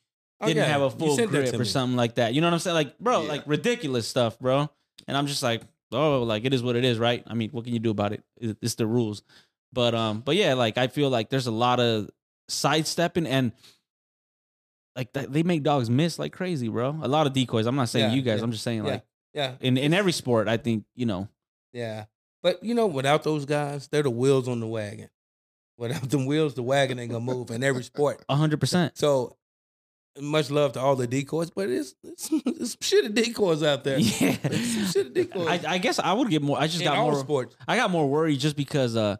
S2: didn't
S4: Okay,
S2: have a
S4: you
S2: full
S4: sent that
S2: grip
S4: to
S2: or
S4: me.
S2: something like that. You know what I'm saying? Like, bro,
S5: Yeah.
S2: like ridiculous stuff, bro. And I'm just like, oh, like it is what it is, right? I mean, what can you do about it? It- It's the rules. But um, but yeah, like I feel like there's a lot of sidestepping and like th- they make dogs miss like crazy, bro. A lot of decoys. I'm not saying
S4: Yeah,
S2: you guys.
S4: yeah,
S2: I'm just saying
S4: yeah.
S2: like
S4: Yeah,
S2: in in every sport, I think you know.
S4: yeah. But you know, without those guys, they're the wheels on the wagon. Without them wheels, the wagon ain't gonna move in every sport.
S2: hundred percent.
S4: So much love to all the decoys, but it's it's, it's shit of decoys out there.
S2: Yeah,
S4: It's some shit of decoys.
S2: I, I guess I would get more. I just
S4: in
S2: got
S4: all
S2: more.
S4: sports.
S2: I got more worried just because, uh,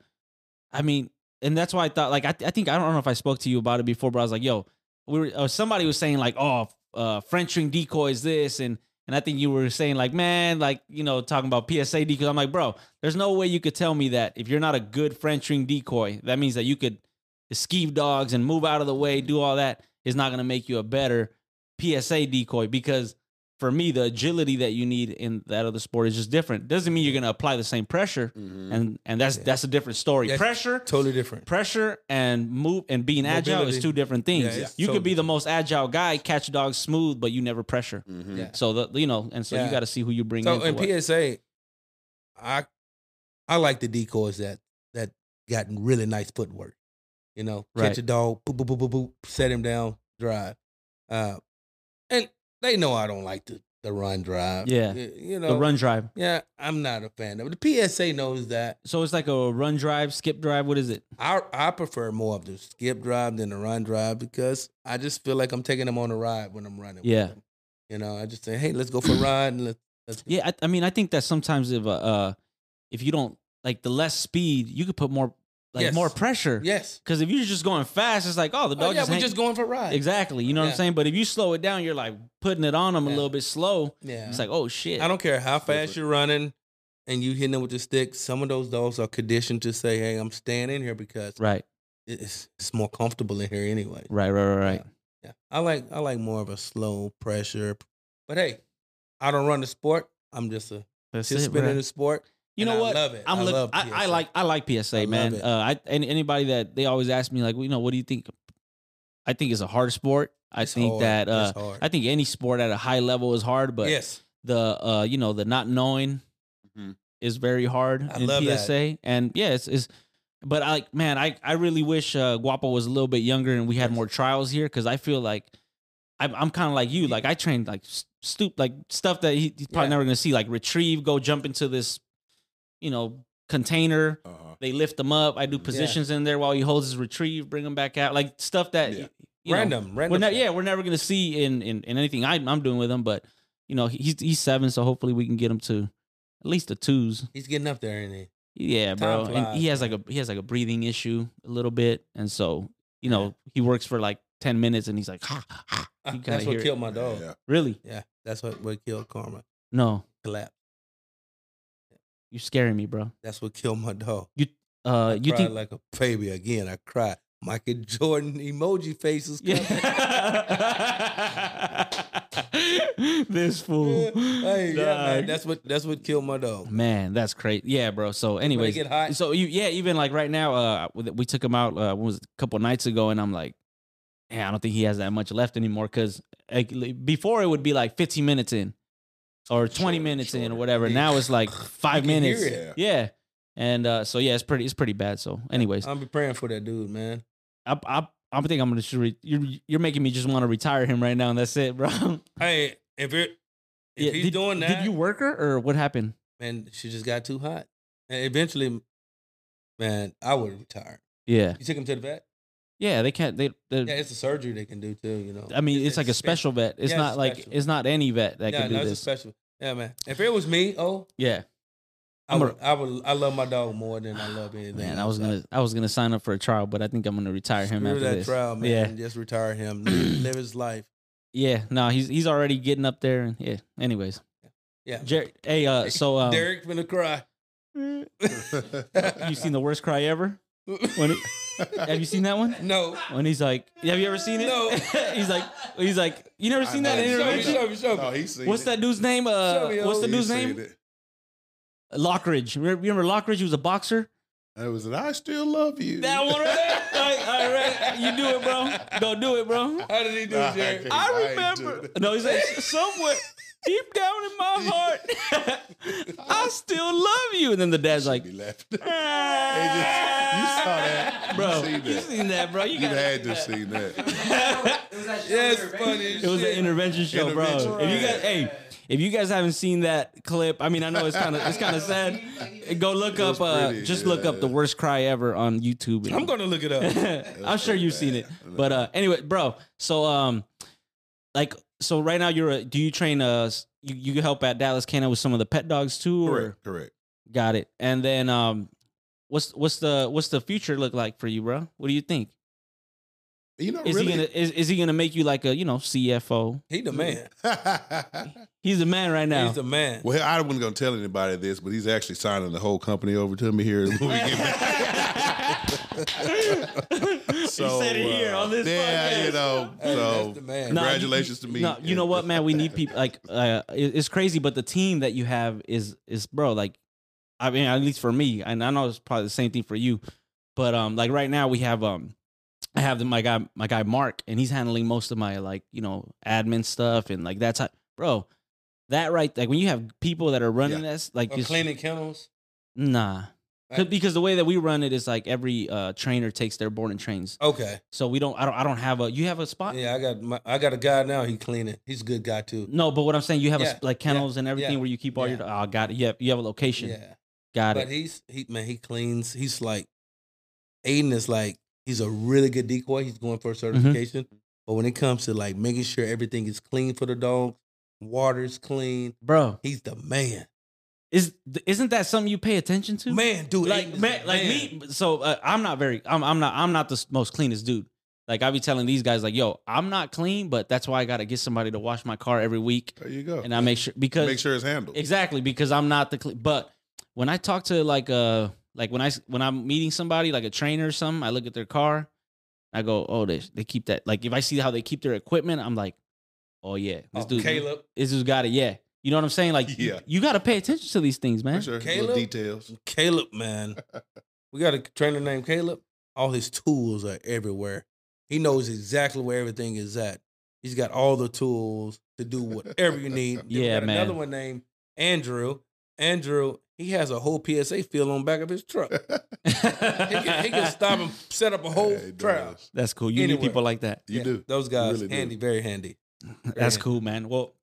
S2: I mean, and that's why I thought, like, I, I think, I don't know if I spoke to you about it before, but I was like, yo, we were, or somebody was saying, like, oh, uh, French ring decoys this. And, and I think you were saying, like, man, like, you know, talking about PSA decoys. I'm like, bro, there's no way you could tell me that if you're not a good French ring decoy, that means that you could skeeve dogs and move out of the way, do all that is not going to make you a better PSA decoy because for me, the agility that you need in that other sport is just different. Doesn't mean you're going to apply the same pressure
S5: Mhm.
S2: and and that's
S4: Mm-hmm. Yeah.
S2: that's a different story.
S4: Yes.
S2: Pressure,
S4: Totally different.
S2: pressure, and move and being agile is
S4: Mobility.
S2: two different things.
S4: Yeah, it's
S2: you could be
S4: totally
S2: the most agile guy, catch dogs smooth, but you never pressure.
S5: Mhm.
S4: Yeah.
S2: So the you know, and so you
S4: Yeah.
S2: got to see who you bring in.
S4: So
S2: for
S4: in
S2: what.
S4: PSA, I I like the decoys that that got really nice footwork. You know,
S2: Right.
S4: catch a dog, boop boop boop boop boop, set him down, drive. Uh, and they know I don't like the the run drive.
S2: Yeah.
S4: Y- you know
S2: the run drive.
S4: Yeah, I'm not a fan of it. The PSA knows that.
S2: So it's like a run drive, skip drive. What is it?
S4: I I prefer more of the skip drive than the run drive because I just feel like I'm taking them on a ride when I'm running.
S2: Yeah.
S4: With them. You know, I just say, hey, let's go for a ride and let's let's
S2: Yeah, I, I mean, I think that sometimes if uh, uh if you don't like the less speed, you could put more like
S4: Yes.
S2: more pressure.
S4: yes.
S2: Because if you're just going fast, it's like, oh, the dog
S4: Oh yeah,
S2: just,
S4: we're
S2: hang-
S4: just going for a ride.
S2: exactly. You know what I'm
S4: Yeah.
S2: saying? But if you slow it down, you're like putting it on them a
S4: Yeah.
S2: little bit slow.
S4: Yeah.
S2: It's like, oh shit.
S4: I don't care how
S5: different.
S4: fast you're running and you hitting them with the stick. Some of those dogs are conditioned to say, hey, I'm staying in here because
S2: Right,
S4: it's it's more comfortable in here anyway.
S2: right, right, right, right.
S4: Yeah. I like I like more of a slow pressure. But hey, I don't run the sport. I'm just a
S2: That's it,
S4: participant
S2: bro.
S4: in the sport.
S2: You
S4: and
S2: know
S4: I
S2: what?
S4: love it.
S2: I'm
S4: I
S2: look,
S4: love
S2: I, I
S4: PSA.
S2: like I like PSA,
S4: I love
S2: man.
S4: it.
S2: Uh, I and anybody that they always ask me like, well, you know, what do you think? I think it's a hard sport. I
S4: It's
S2: think
S4: hard.
S2: that uh,
S4: It's hard.
S2: I think any sport at a high level is hard, but
S4: yes,
S2: the uh, you know, the not knowing
S5: Mhm.
S2: is very hard
S4: Mm-hmm. I
S2: in
S4: love that.
S2: PSA. And yeah, it's, it's but I like man, I I really wish uh, Guapo was a little bit younger and we had more trials here because I feel like I'm, I'm kind of like you. Like I trained like stoop like stuff that he, he's probably
S4: Yeah.
S2: never gonna see. Like retrieve, go jump into this, you know, container.
S5: Uh-huh.
S2: They lift them up. I do positions in there while he holds his retrieve, bring him back out. Like stuff that
S5: Yeah.
S2: you know,
S4: random,
S2: we're
S4: random.
S2: not, yeah, we're never gonna see in in, in anything I, I'm doing with him. But you know, he's he's seven, so hopefully we can get him to at least the twos.
S4: he's getting up there, isn't he?
S2: Yeah, bro.
S4: Time
S2: And he
S4: flies,
S2: has like a he has like a breathing issue a little bit, and so you know he works for like ten minutes, and he's like, ha, ha, ha.
S4: Ah,
S2: You gotta
S4: That's what
S2: hear it.
S4: killed my dog. Yeah,
S5: Yeah.
S2: really?
S4: that's what what killed Karma.
S2: No,
S4: Collapse.
S2: you scaring me, bro.
S4: That's what killed my dog.
S2: Uh,
S4: I
S2: you
S4: cried
S2: think?
S4: like a baby again? I cried. Michael Jordan emoji faces. coming.
S2: yeah. this fool.
S4: hey, yeah, man.
S2: Dog.
S4: That's what that's what killed my dog. When
S2: Man, that's crazy. Yeah, bro. So,
S4: it
S2: anyways,
S4: get hot.
S2: so you yeah even like right now uh we we took him out uh what was it, a couple nights ago and i'm like yeah i don't think he has that much left anymore because like, li- before it would be like 15 minutes in or 20
S5: Shorter,
S2: minutes in
S5: shorter.
S2: or whatever
S4: Yeah.
S2: now it's like five
S4: can hear
S2: minutes
S4: it.
S5: Yeah.
S2: yeah and uh so yeah it's pretty it's pretty bad so anyways
S4: I'm be praying for that dude, man.
S2: i i i think i'm gonna just re- you're you're making me just want to retire him right now and that's it bro
S4: Hey, if it if
S2: Yeah,
S4: he's
S2: did,
S4: doing that,
S2: did you work her or what happened
S4: man, she just got too hot, and eventually, man, I would retire.
S2: yeah
S4: You took him to the vet.
S2: yeah they can't they, they
S4: Yeah, it's a surgery they can do too. You know.
S2: i mean it's, like a
S4: expensive.
S2: special vet it's
S4: Yeah,
S2: not
S4: it's
S2: like
S4: special.
S2: it's not any vet that
S4: yeah,
S2: can do
S4: no, it's
S2: this
S4: a special. Yeah, man. If it was me, oh,
S2: yeah
S4: I
S2: I'm a-
S4: would, I would, I love my dog more than I love anything.
S2: Man, I was
S4: else.
S2: gonna I was gonna sign up for a trial, but I think I'm gonna retire him
S4: Screw
S2: after
S4: that
S2: this.
S4: trial, man.
S2: Yeah,
S4: Just retire him. Live, live his life.
S2: yeah. No, he's he's already getting up there, and yeah. Anyways,
S4: Yeah.
S2: Jer- hey, uh, so um,
S4: Derek's gonna cry.
S2: you seen the worst cry ever? When he- have you seen that one?
S4: No.
S2: When he's like, have you ever seen it?
S4: No.
S2: he's like, he's like, you never seen
S5: know.
S2: that
S5: Show me,
S2: intervention?
S4: me, show
S5: no, he's seen
S2: What's
S5: it.
S2: that dude's name? Uh,
S4: Show me,
S2: what's the
S5: He's
S2: dude's
S5: seen
S2: name?
S5: It.
S2: Lockridge. Remember, you remember Lockridge? He was a boxer.
S5: And it was an I still love you.
S2: That one right there. Like, all right, you do it, bro. Go do it, bro.
S4: How did he do,
S5: Nah, I
S4: it, Derek?
S5: can't.
S2: I
S5: ain't doing
S2: remember.
S5: it.
S2: No, he's like somewhere deep down in my heart, I still love you. And then the dad's like,
S5: Be
S2: "Ah."
S5: laughing. They just- you saw that,
S2: bro,
S5: You seen
S2: you
S5: that.
S2: seen that, bro? You,
S5: You
S2: got
S5: had to see that.
S4: Yeah, it's funny. as
S2: It was an
S4: shit.
S2: intervention show,
S5: Intervention,
S2: bro. If you
S5: right.
S2: guys, hey, if you guys haven't seen that clip, I mean, I know it's kind of it's kind of sad. Go look
S5: was
S2: up, uh,
S5: pretty,
S2: just look
S5: yeah.
S2: up the worst cry ever on YouTube. and-
S4: I'm gonna look it up.
S2: I'm sure
S5: pretty
S2: you've seen
S5: bad.
S2: it. But uh anyway, bro, so um like so right now you're a, do you train uh you, you help at Dallas Canada with some of the pet dogs too or
S5: correct, correct.
S2: got it. And then um what's what's the what's the future look like for you, bro? What do you think?
S5: You know,
S2: Is
S5: really.
S2: he gonna is, is he gonna make you like a, you know, CFO?
S4: He the man.
S2: He's the man right now.
S4: He's the man.
S5: well, I wasn't gonna tell anybody this, but he's actually signing the whole company over to me here when we get back.
S2: he said it here
S5: uh,
S2: on this
S5: yeah,
S2: podcast.
S5: you know.
S4: Hey,
S5: so
S4: that's the man.
S2: No, you-
S5: Congratulations to me.
S2: No, you know what, man? We need people like uh, it- it's crazy, but the team that you have is is bro. Like, I mean, at least for me, and I know it's probably the same thing for you, but um, like right now we have um, I have the, my guy my guy Mark, and he's handling most of my like you know admin stuff and like that's how, bro. That right, like when you have people that are running this, like
S4: Or
S2: just,
S4: Uh, cleaning kennels.
S2: nah. 'Cause-
S4: Like-
S2: Because the way that we run it is like every uh, trainer takes their board and trains,
S4: Okay.
S2: so we don't. I don't. I don't have a. You have a spot?
S4: Yeah, I got my, I got a guy now. He cleaning. He's a good guy too.
S2: No, but what I'm saying, you have a
S4: Yeah,
S2: s like kennels and everything
S4: yeah,
S2: where you keep all your.
S4: yeah.
S2: Oh, got it. You have, you have a location.
S4: Yeah.
S2: Got
S4: But
S2: it.
S4: he's he man. He cleans. He's like Aiden is like he's a really good decoy. He's going
S2: Mm-hmm.
S4: for a certification. But when it comes to like making sure everything is clean for the dog, water's clean.
S2: Bro,
S4: He's the man.
S2: is isn't that something you pay attention to?
S4: Man, dude. Aiden
S2: like
S4: is
S2: man,
S4: the
S2: like me. So uh, I'm not very. I'm, I'm not. I'm not the s- most cleanest dude. Like I be telling these guys, like, yo, I'm not clean, but that's why I gotta get somebody to wash my car every week,
S5: There you go.
S2: and I make sure because
S5: Make sure it's handled.
S2: Exactly, because I'm not the cle But when I talk to like uh like when I s- when I'm meeting somebody like a trainer or something, I look at their car, I go, oh they they keep that like if I see how they keep their equipment, I'm like, oh yeah, this
S4: Oh,
S2: dude
S4: Caleb.
S2: this dude got it, yeah. You know what I'm saying? Like you-
S5: Yeah.
S2: you, got to pay attention to these things, man.
S5: Make sure little
S4: Caleb?
S5: details.
S4: Caleb, man. we got a trainer named Caleb. All his tools are everywhere. He knows exactly where everything is at. He's got all the tools to do whatever you need. Then we
S2: Yeah,
S4: got
S2: man.
S4: Another one named Andrew. Andrew, he has a whole PSA field on the back of his truck. He can, he can stop and set up a whole
S5: Yeah, he
S4: trial.
S5: does.
S2: That's cool. You need
S4: Anywhere.
S2: people like that.
S5: You
S4: Yeah,
S5: do.
S4: Those guys
S5: really do.
S4: handy, very handy.
S2: That's
S4: Yeah.
S2: cool, man. Well,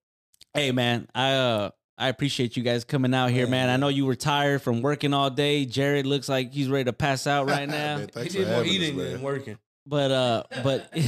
S2: hey, man, I uh, I appreciate you guys coming out here,
S4: Yeah,
S2: man. I
S4: man.
S2: know you were tired from working all day. Jared looks like he's ready to pass out right now.
S5: Man, thanks
S4: he did
S5: for
S4: more
S5: having us,
S4: eating
S5: man.
S4: than working.
S2: But uh, but
S4: Hey,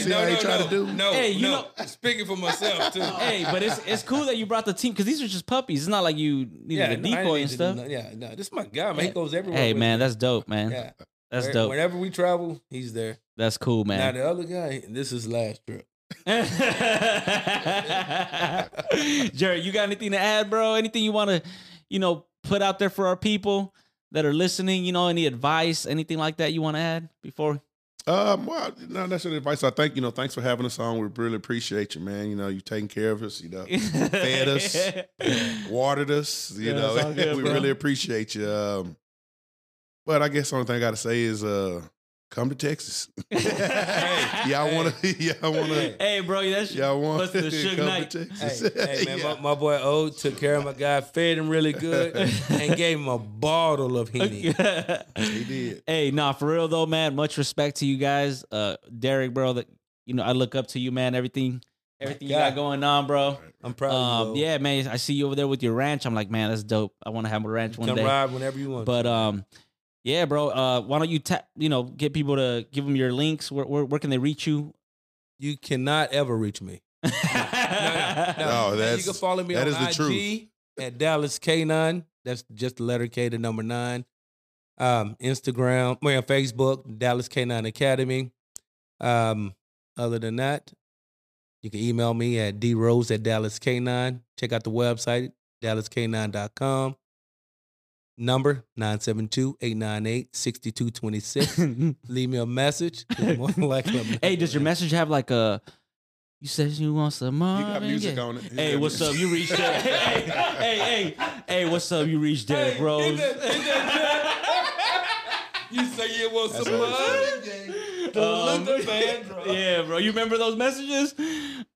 S5: see
S4: no,
S5: how he
S4: no,
S5: try
S4: no,
S5: to do?
S4: no,
S2: Hey, you
S4: no. Speaking for myself too.
S2: hey, but it's it's cool that you brought the team because these are just puppies. It's not like you needed a
S4: no, I ain't
S2: decoy
S4: need
S2: and
S4: to do
S2: stuff.
S4: no- Yeah, no, this is my guy, man.
S2: Yeah.
S4: He goes everywhere.
S2: Hey
S4: with
S2: man,
S4: me.
S2: that's dope, man.
S4: yeah,
S2: That's
S4: Where-
S2: dope.
S4: Whenever we travel, he's there.
S2: That's cool,
S4: Now
S2: man.
S4: the other guy, this is last trip.
S2: Jared, you got anything to add, bro? Anything you want to, you know, put out there for our people that are listening? You know, any advice, anything like that you want to add before?
S5: Um, well, not necessarily advice. I think you know. Thanks for having us on. We really appreciate you, man. You know, you taking care of us. You know,
S2: Fed
S5: us. watered us. You
S2: Yeah, it's
S5: know,
S2: all good,
S5: we
S2: bro.
S5: really appreciate you. Um, but I guess the only thing I got to say is, uh, come to Texas. y'all want to? Y'all want to?
S2: Hey, bro, that's
S5: Y'all want
S2: Listen to Suge Knight.
S4: Hey, hey man,
S5: Yeah.
S4: my, my boy O took care of my guy, fed him really good, and gave him a bottle of Henny.
S5: He did.
S2: Hey, nah, for real though, man. Much respect to you guys, uh, Derek, bro. That you know, I look up to you, man. Everything, everything you got
S4: God.
S2: going on, bro.
S4: I'm proud
S2: Um,
S4: of you. O.
S2: yeah, man. I see you over there with your ranch. I'm like, man, that's dope. I want to have a ranch one
S4: Come
S2: day.
S4: ride whenever you want.
S2: But
S4: to.
S2: um, yeah, bro. Uh, why don't you tap? You know, get people to give them your links. Where where, where can they reach you?
S4: you cannot ever reach me. No, no,
S5: No,
S4: Hey,
S5: that's-
S4: you can follow me
S5: that
S4: on
S5: is the
S4: IG.
S5: truth.
S4: at Dallas K9. That's just the letter K to number nine. Um, Instagram, well, Facebook, Dallas K9 Academy. Um, other than that, you can email me at drose at Dallas K9. Check out the website, dallask9.com. Number 972-898-6226. Leave me a message. It's more than likely I'm-
S2: hey, does your message have like a? You said you want some
S5: You
S2: Marvin
S5: got music
S2: Gaye.
S5: on it. You
S2: Hey,
S5: got
S2: what's
S5: music.
S2: up? You reached there. hey, hey, hey, hey, what's up? You reached Derek
S4: Hey,
S2: Rose.
S4: ain't that- ain't that good? you say you want
S5: That's
S4: some
S5: what
S4: love?
S5: it
S2: Um,
S4: Luther Vandross.
S2: yeah, bro. You remember those messages?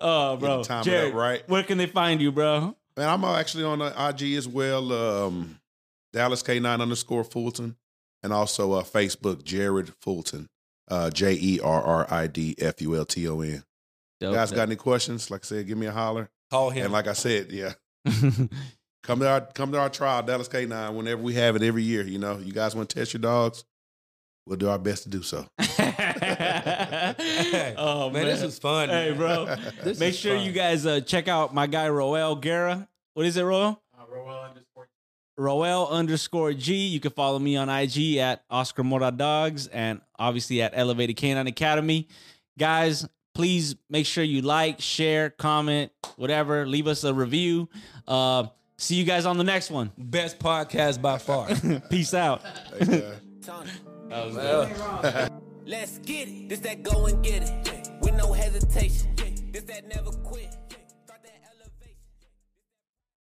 S2: Oh, bro.
S5: time it up
S2: Jared,
S5: right.
S2: Where can they find you, bro?
S5: Man, I'm uh, actually on uh, IG as well. Um, Dallas K9 underscore Fulton, and also uh, Facebook Jared Fulton, uh, J E R R I D F U L T O N.
S2: Dope,
S5: Guys,
S2: dope.
S5: got any questions? Like I said, give me a holler.
S4: Call him.
S5: And like I said, yeah, come to our come to our trial, Dallas K9. Whenever we have it every year, you know, you guys want to test your dogs, we'll do our best to do so.
S2: oh
S4: man, this is fun.
S2: Hey, bro.
S4: This
S2: Make
S4: is
S2: sure
S4: fun.
S2: you guys uh, check out my guy Roel Guerra. What is it, Roel? Roel underscore G. You can follow me on IG at Oscar Mora Dogs and obviously at Elevated Canine Academy. Guys, please make sure you like, share, comment, whatever. Leave us a review. Uh, see you guys on the next one.
S4: Best podcast by far.
S2: Peace out.
S5: Hey, guys.
S1: Tony.
S4: Well.
S1: Let's get it. This that go and get it. With no hesitation. This that never quit.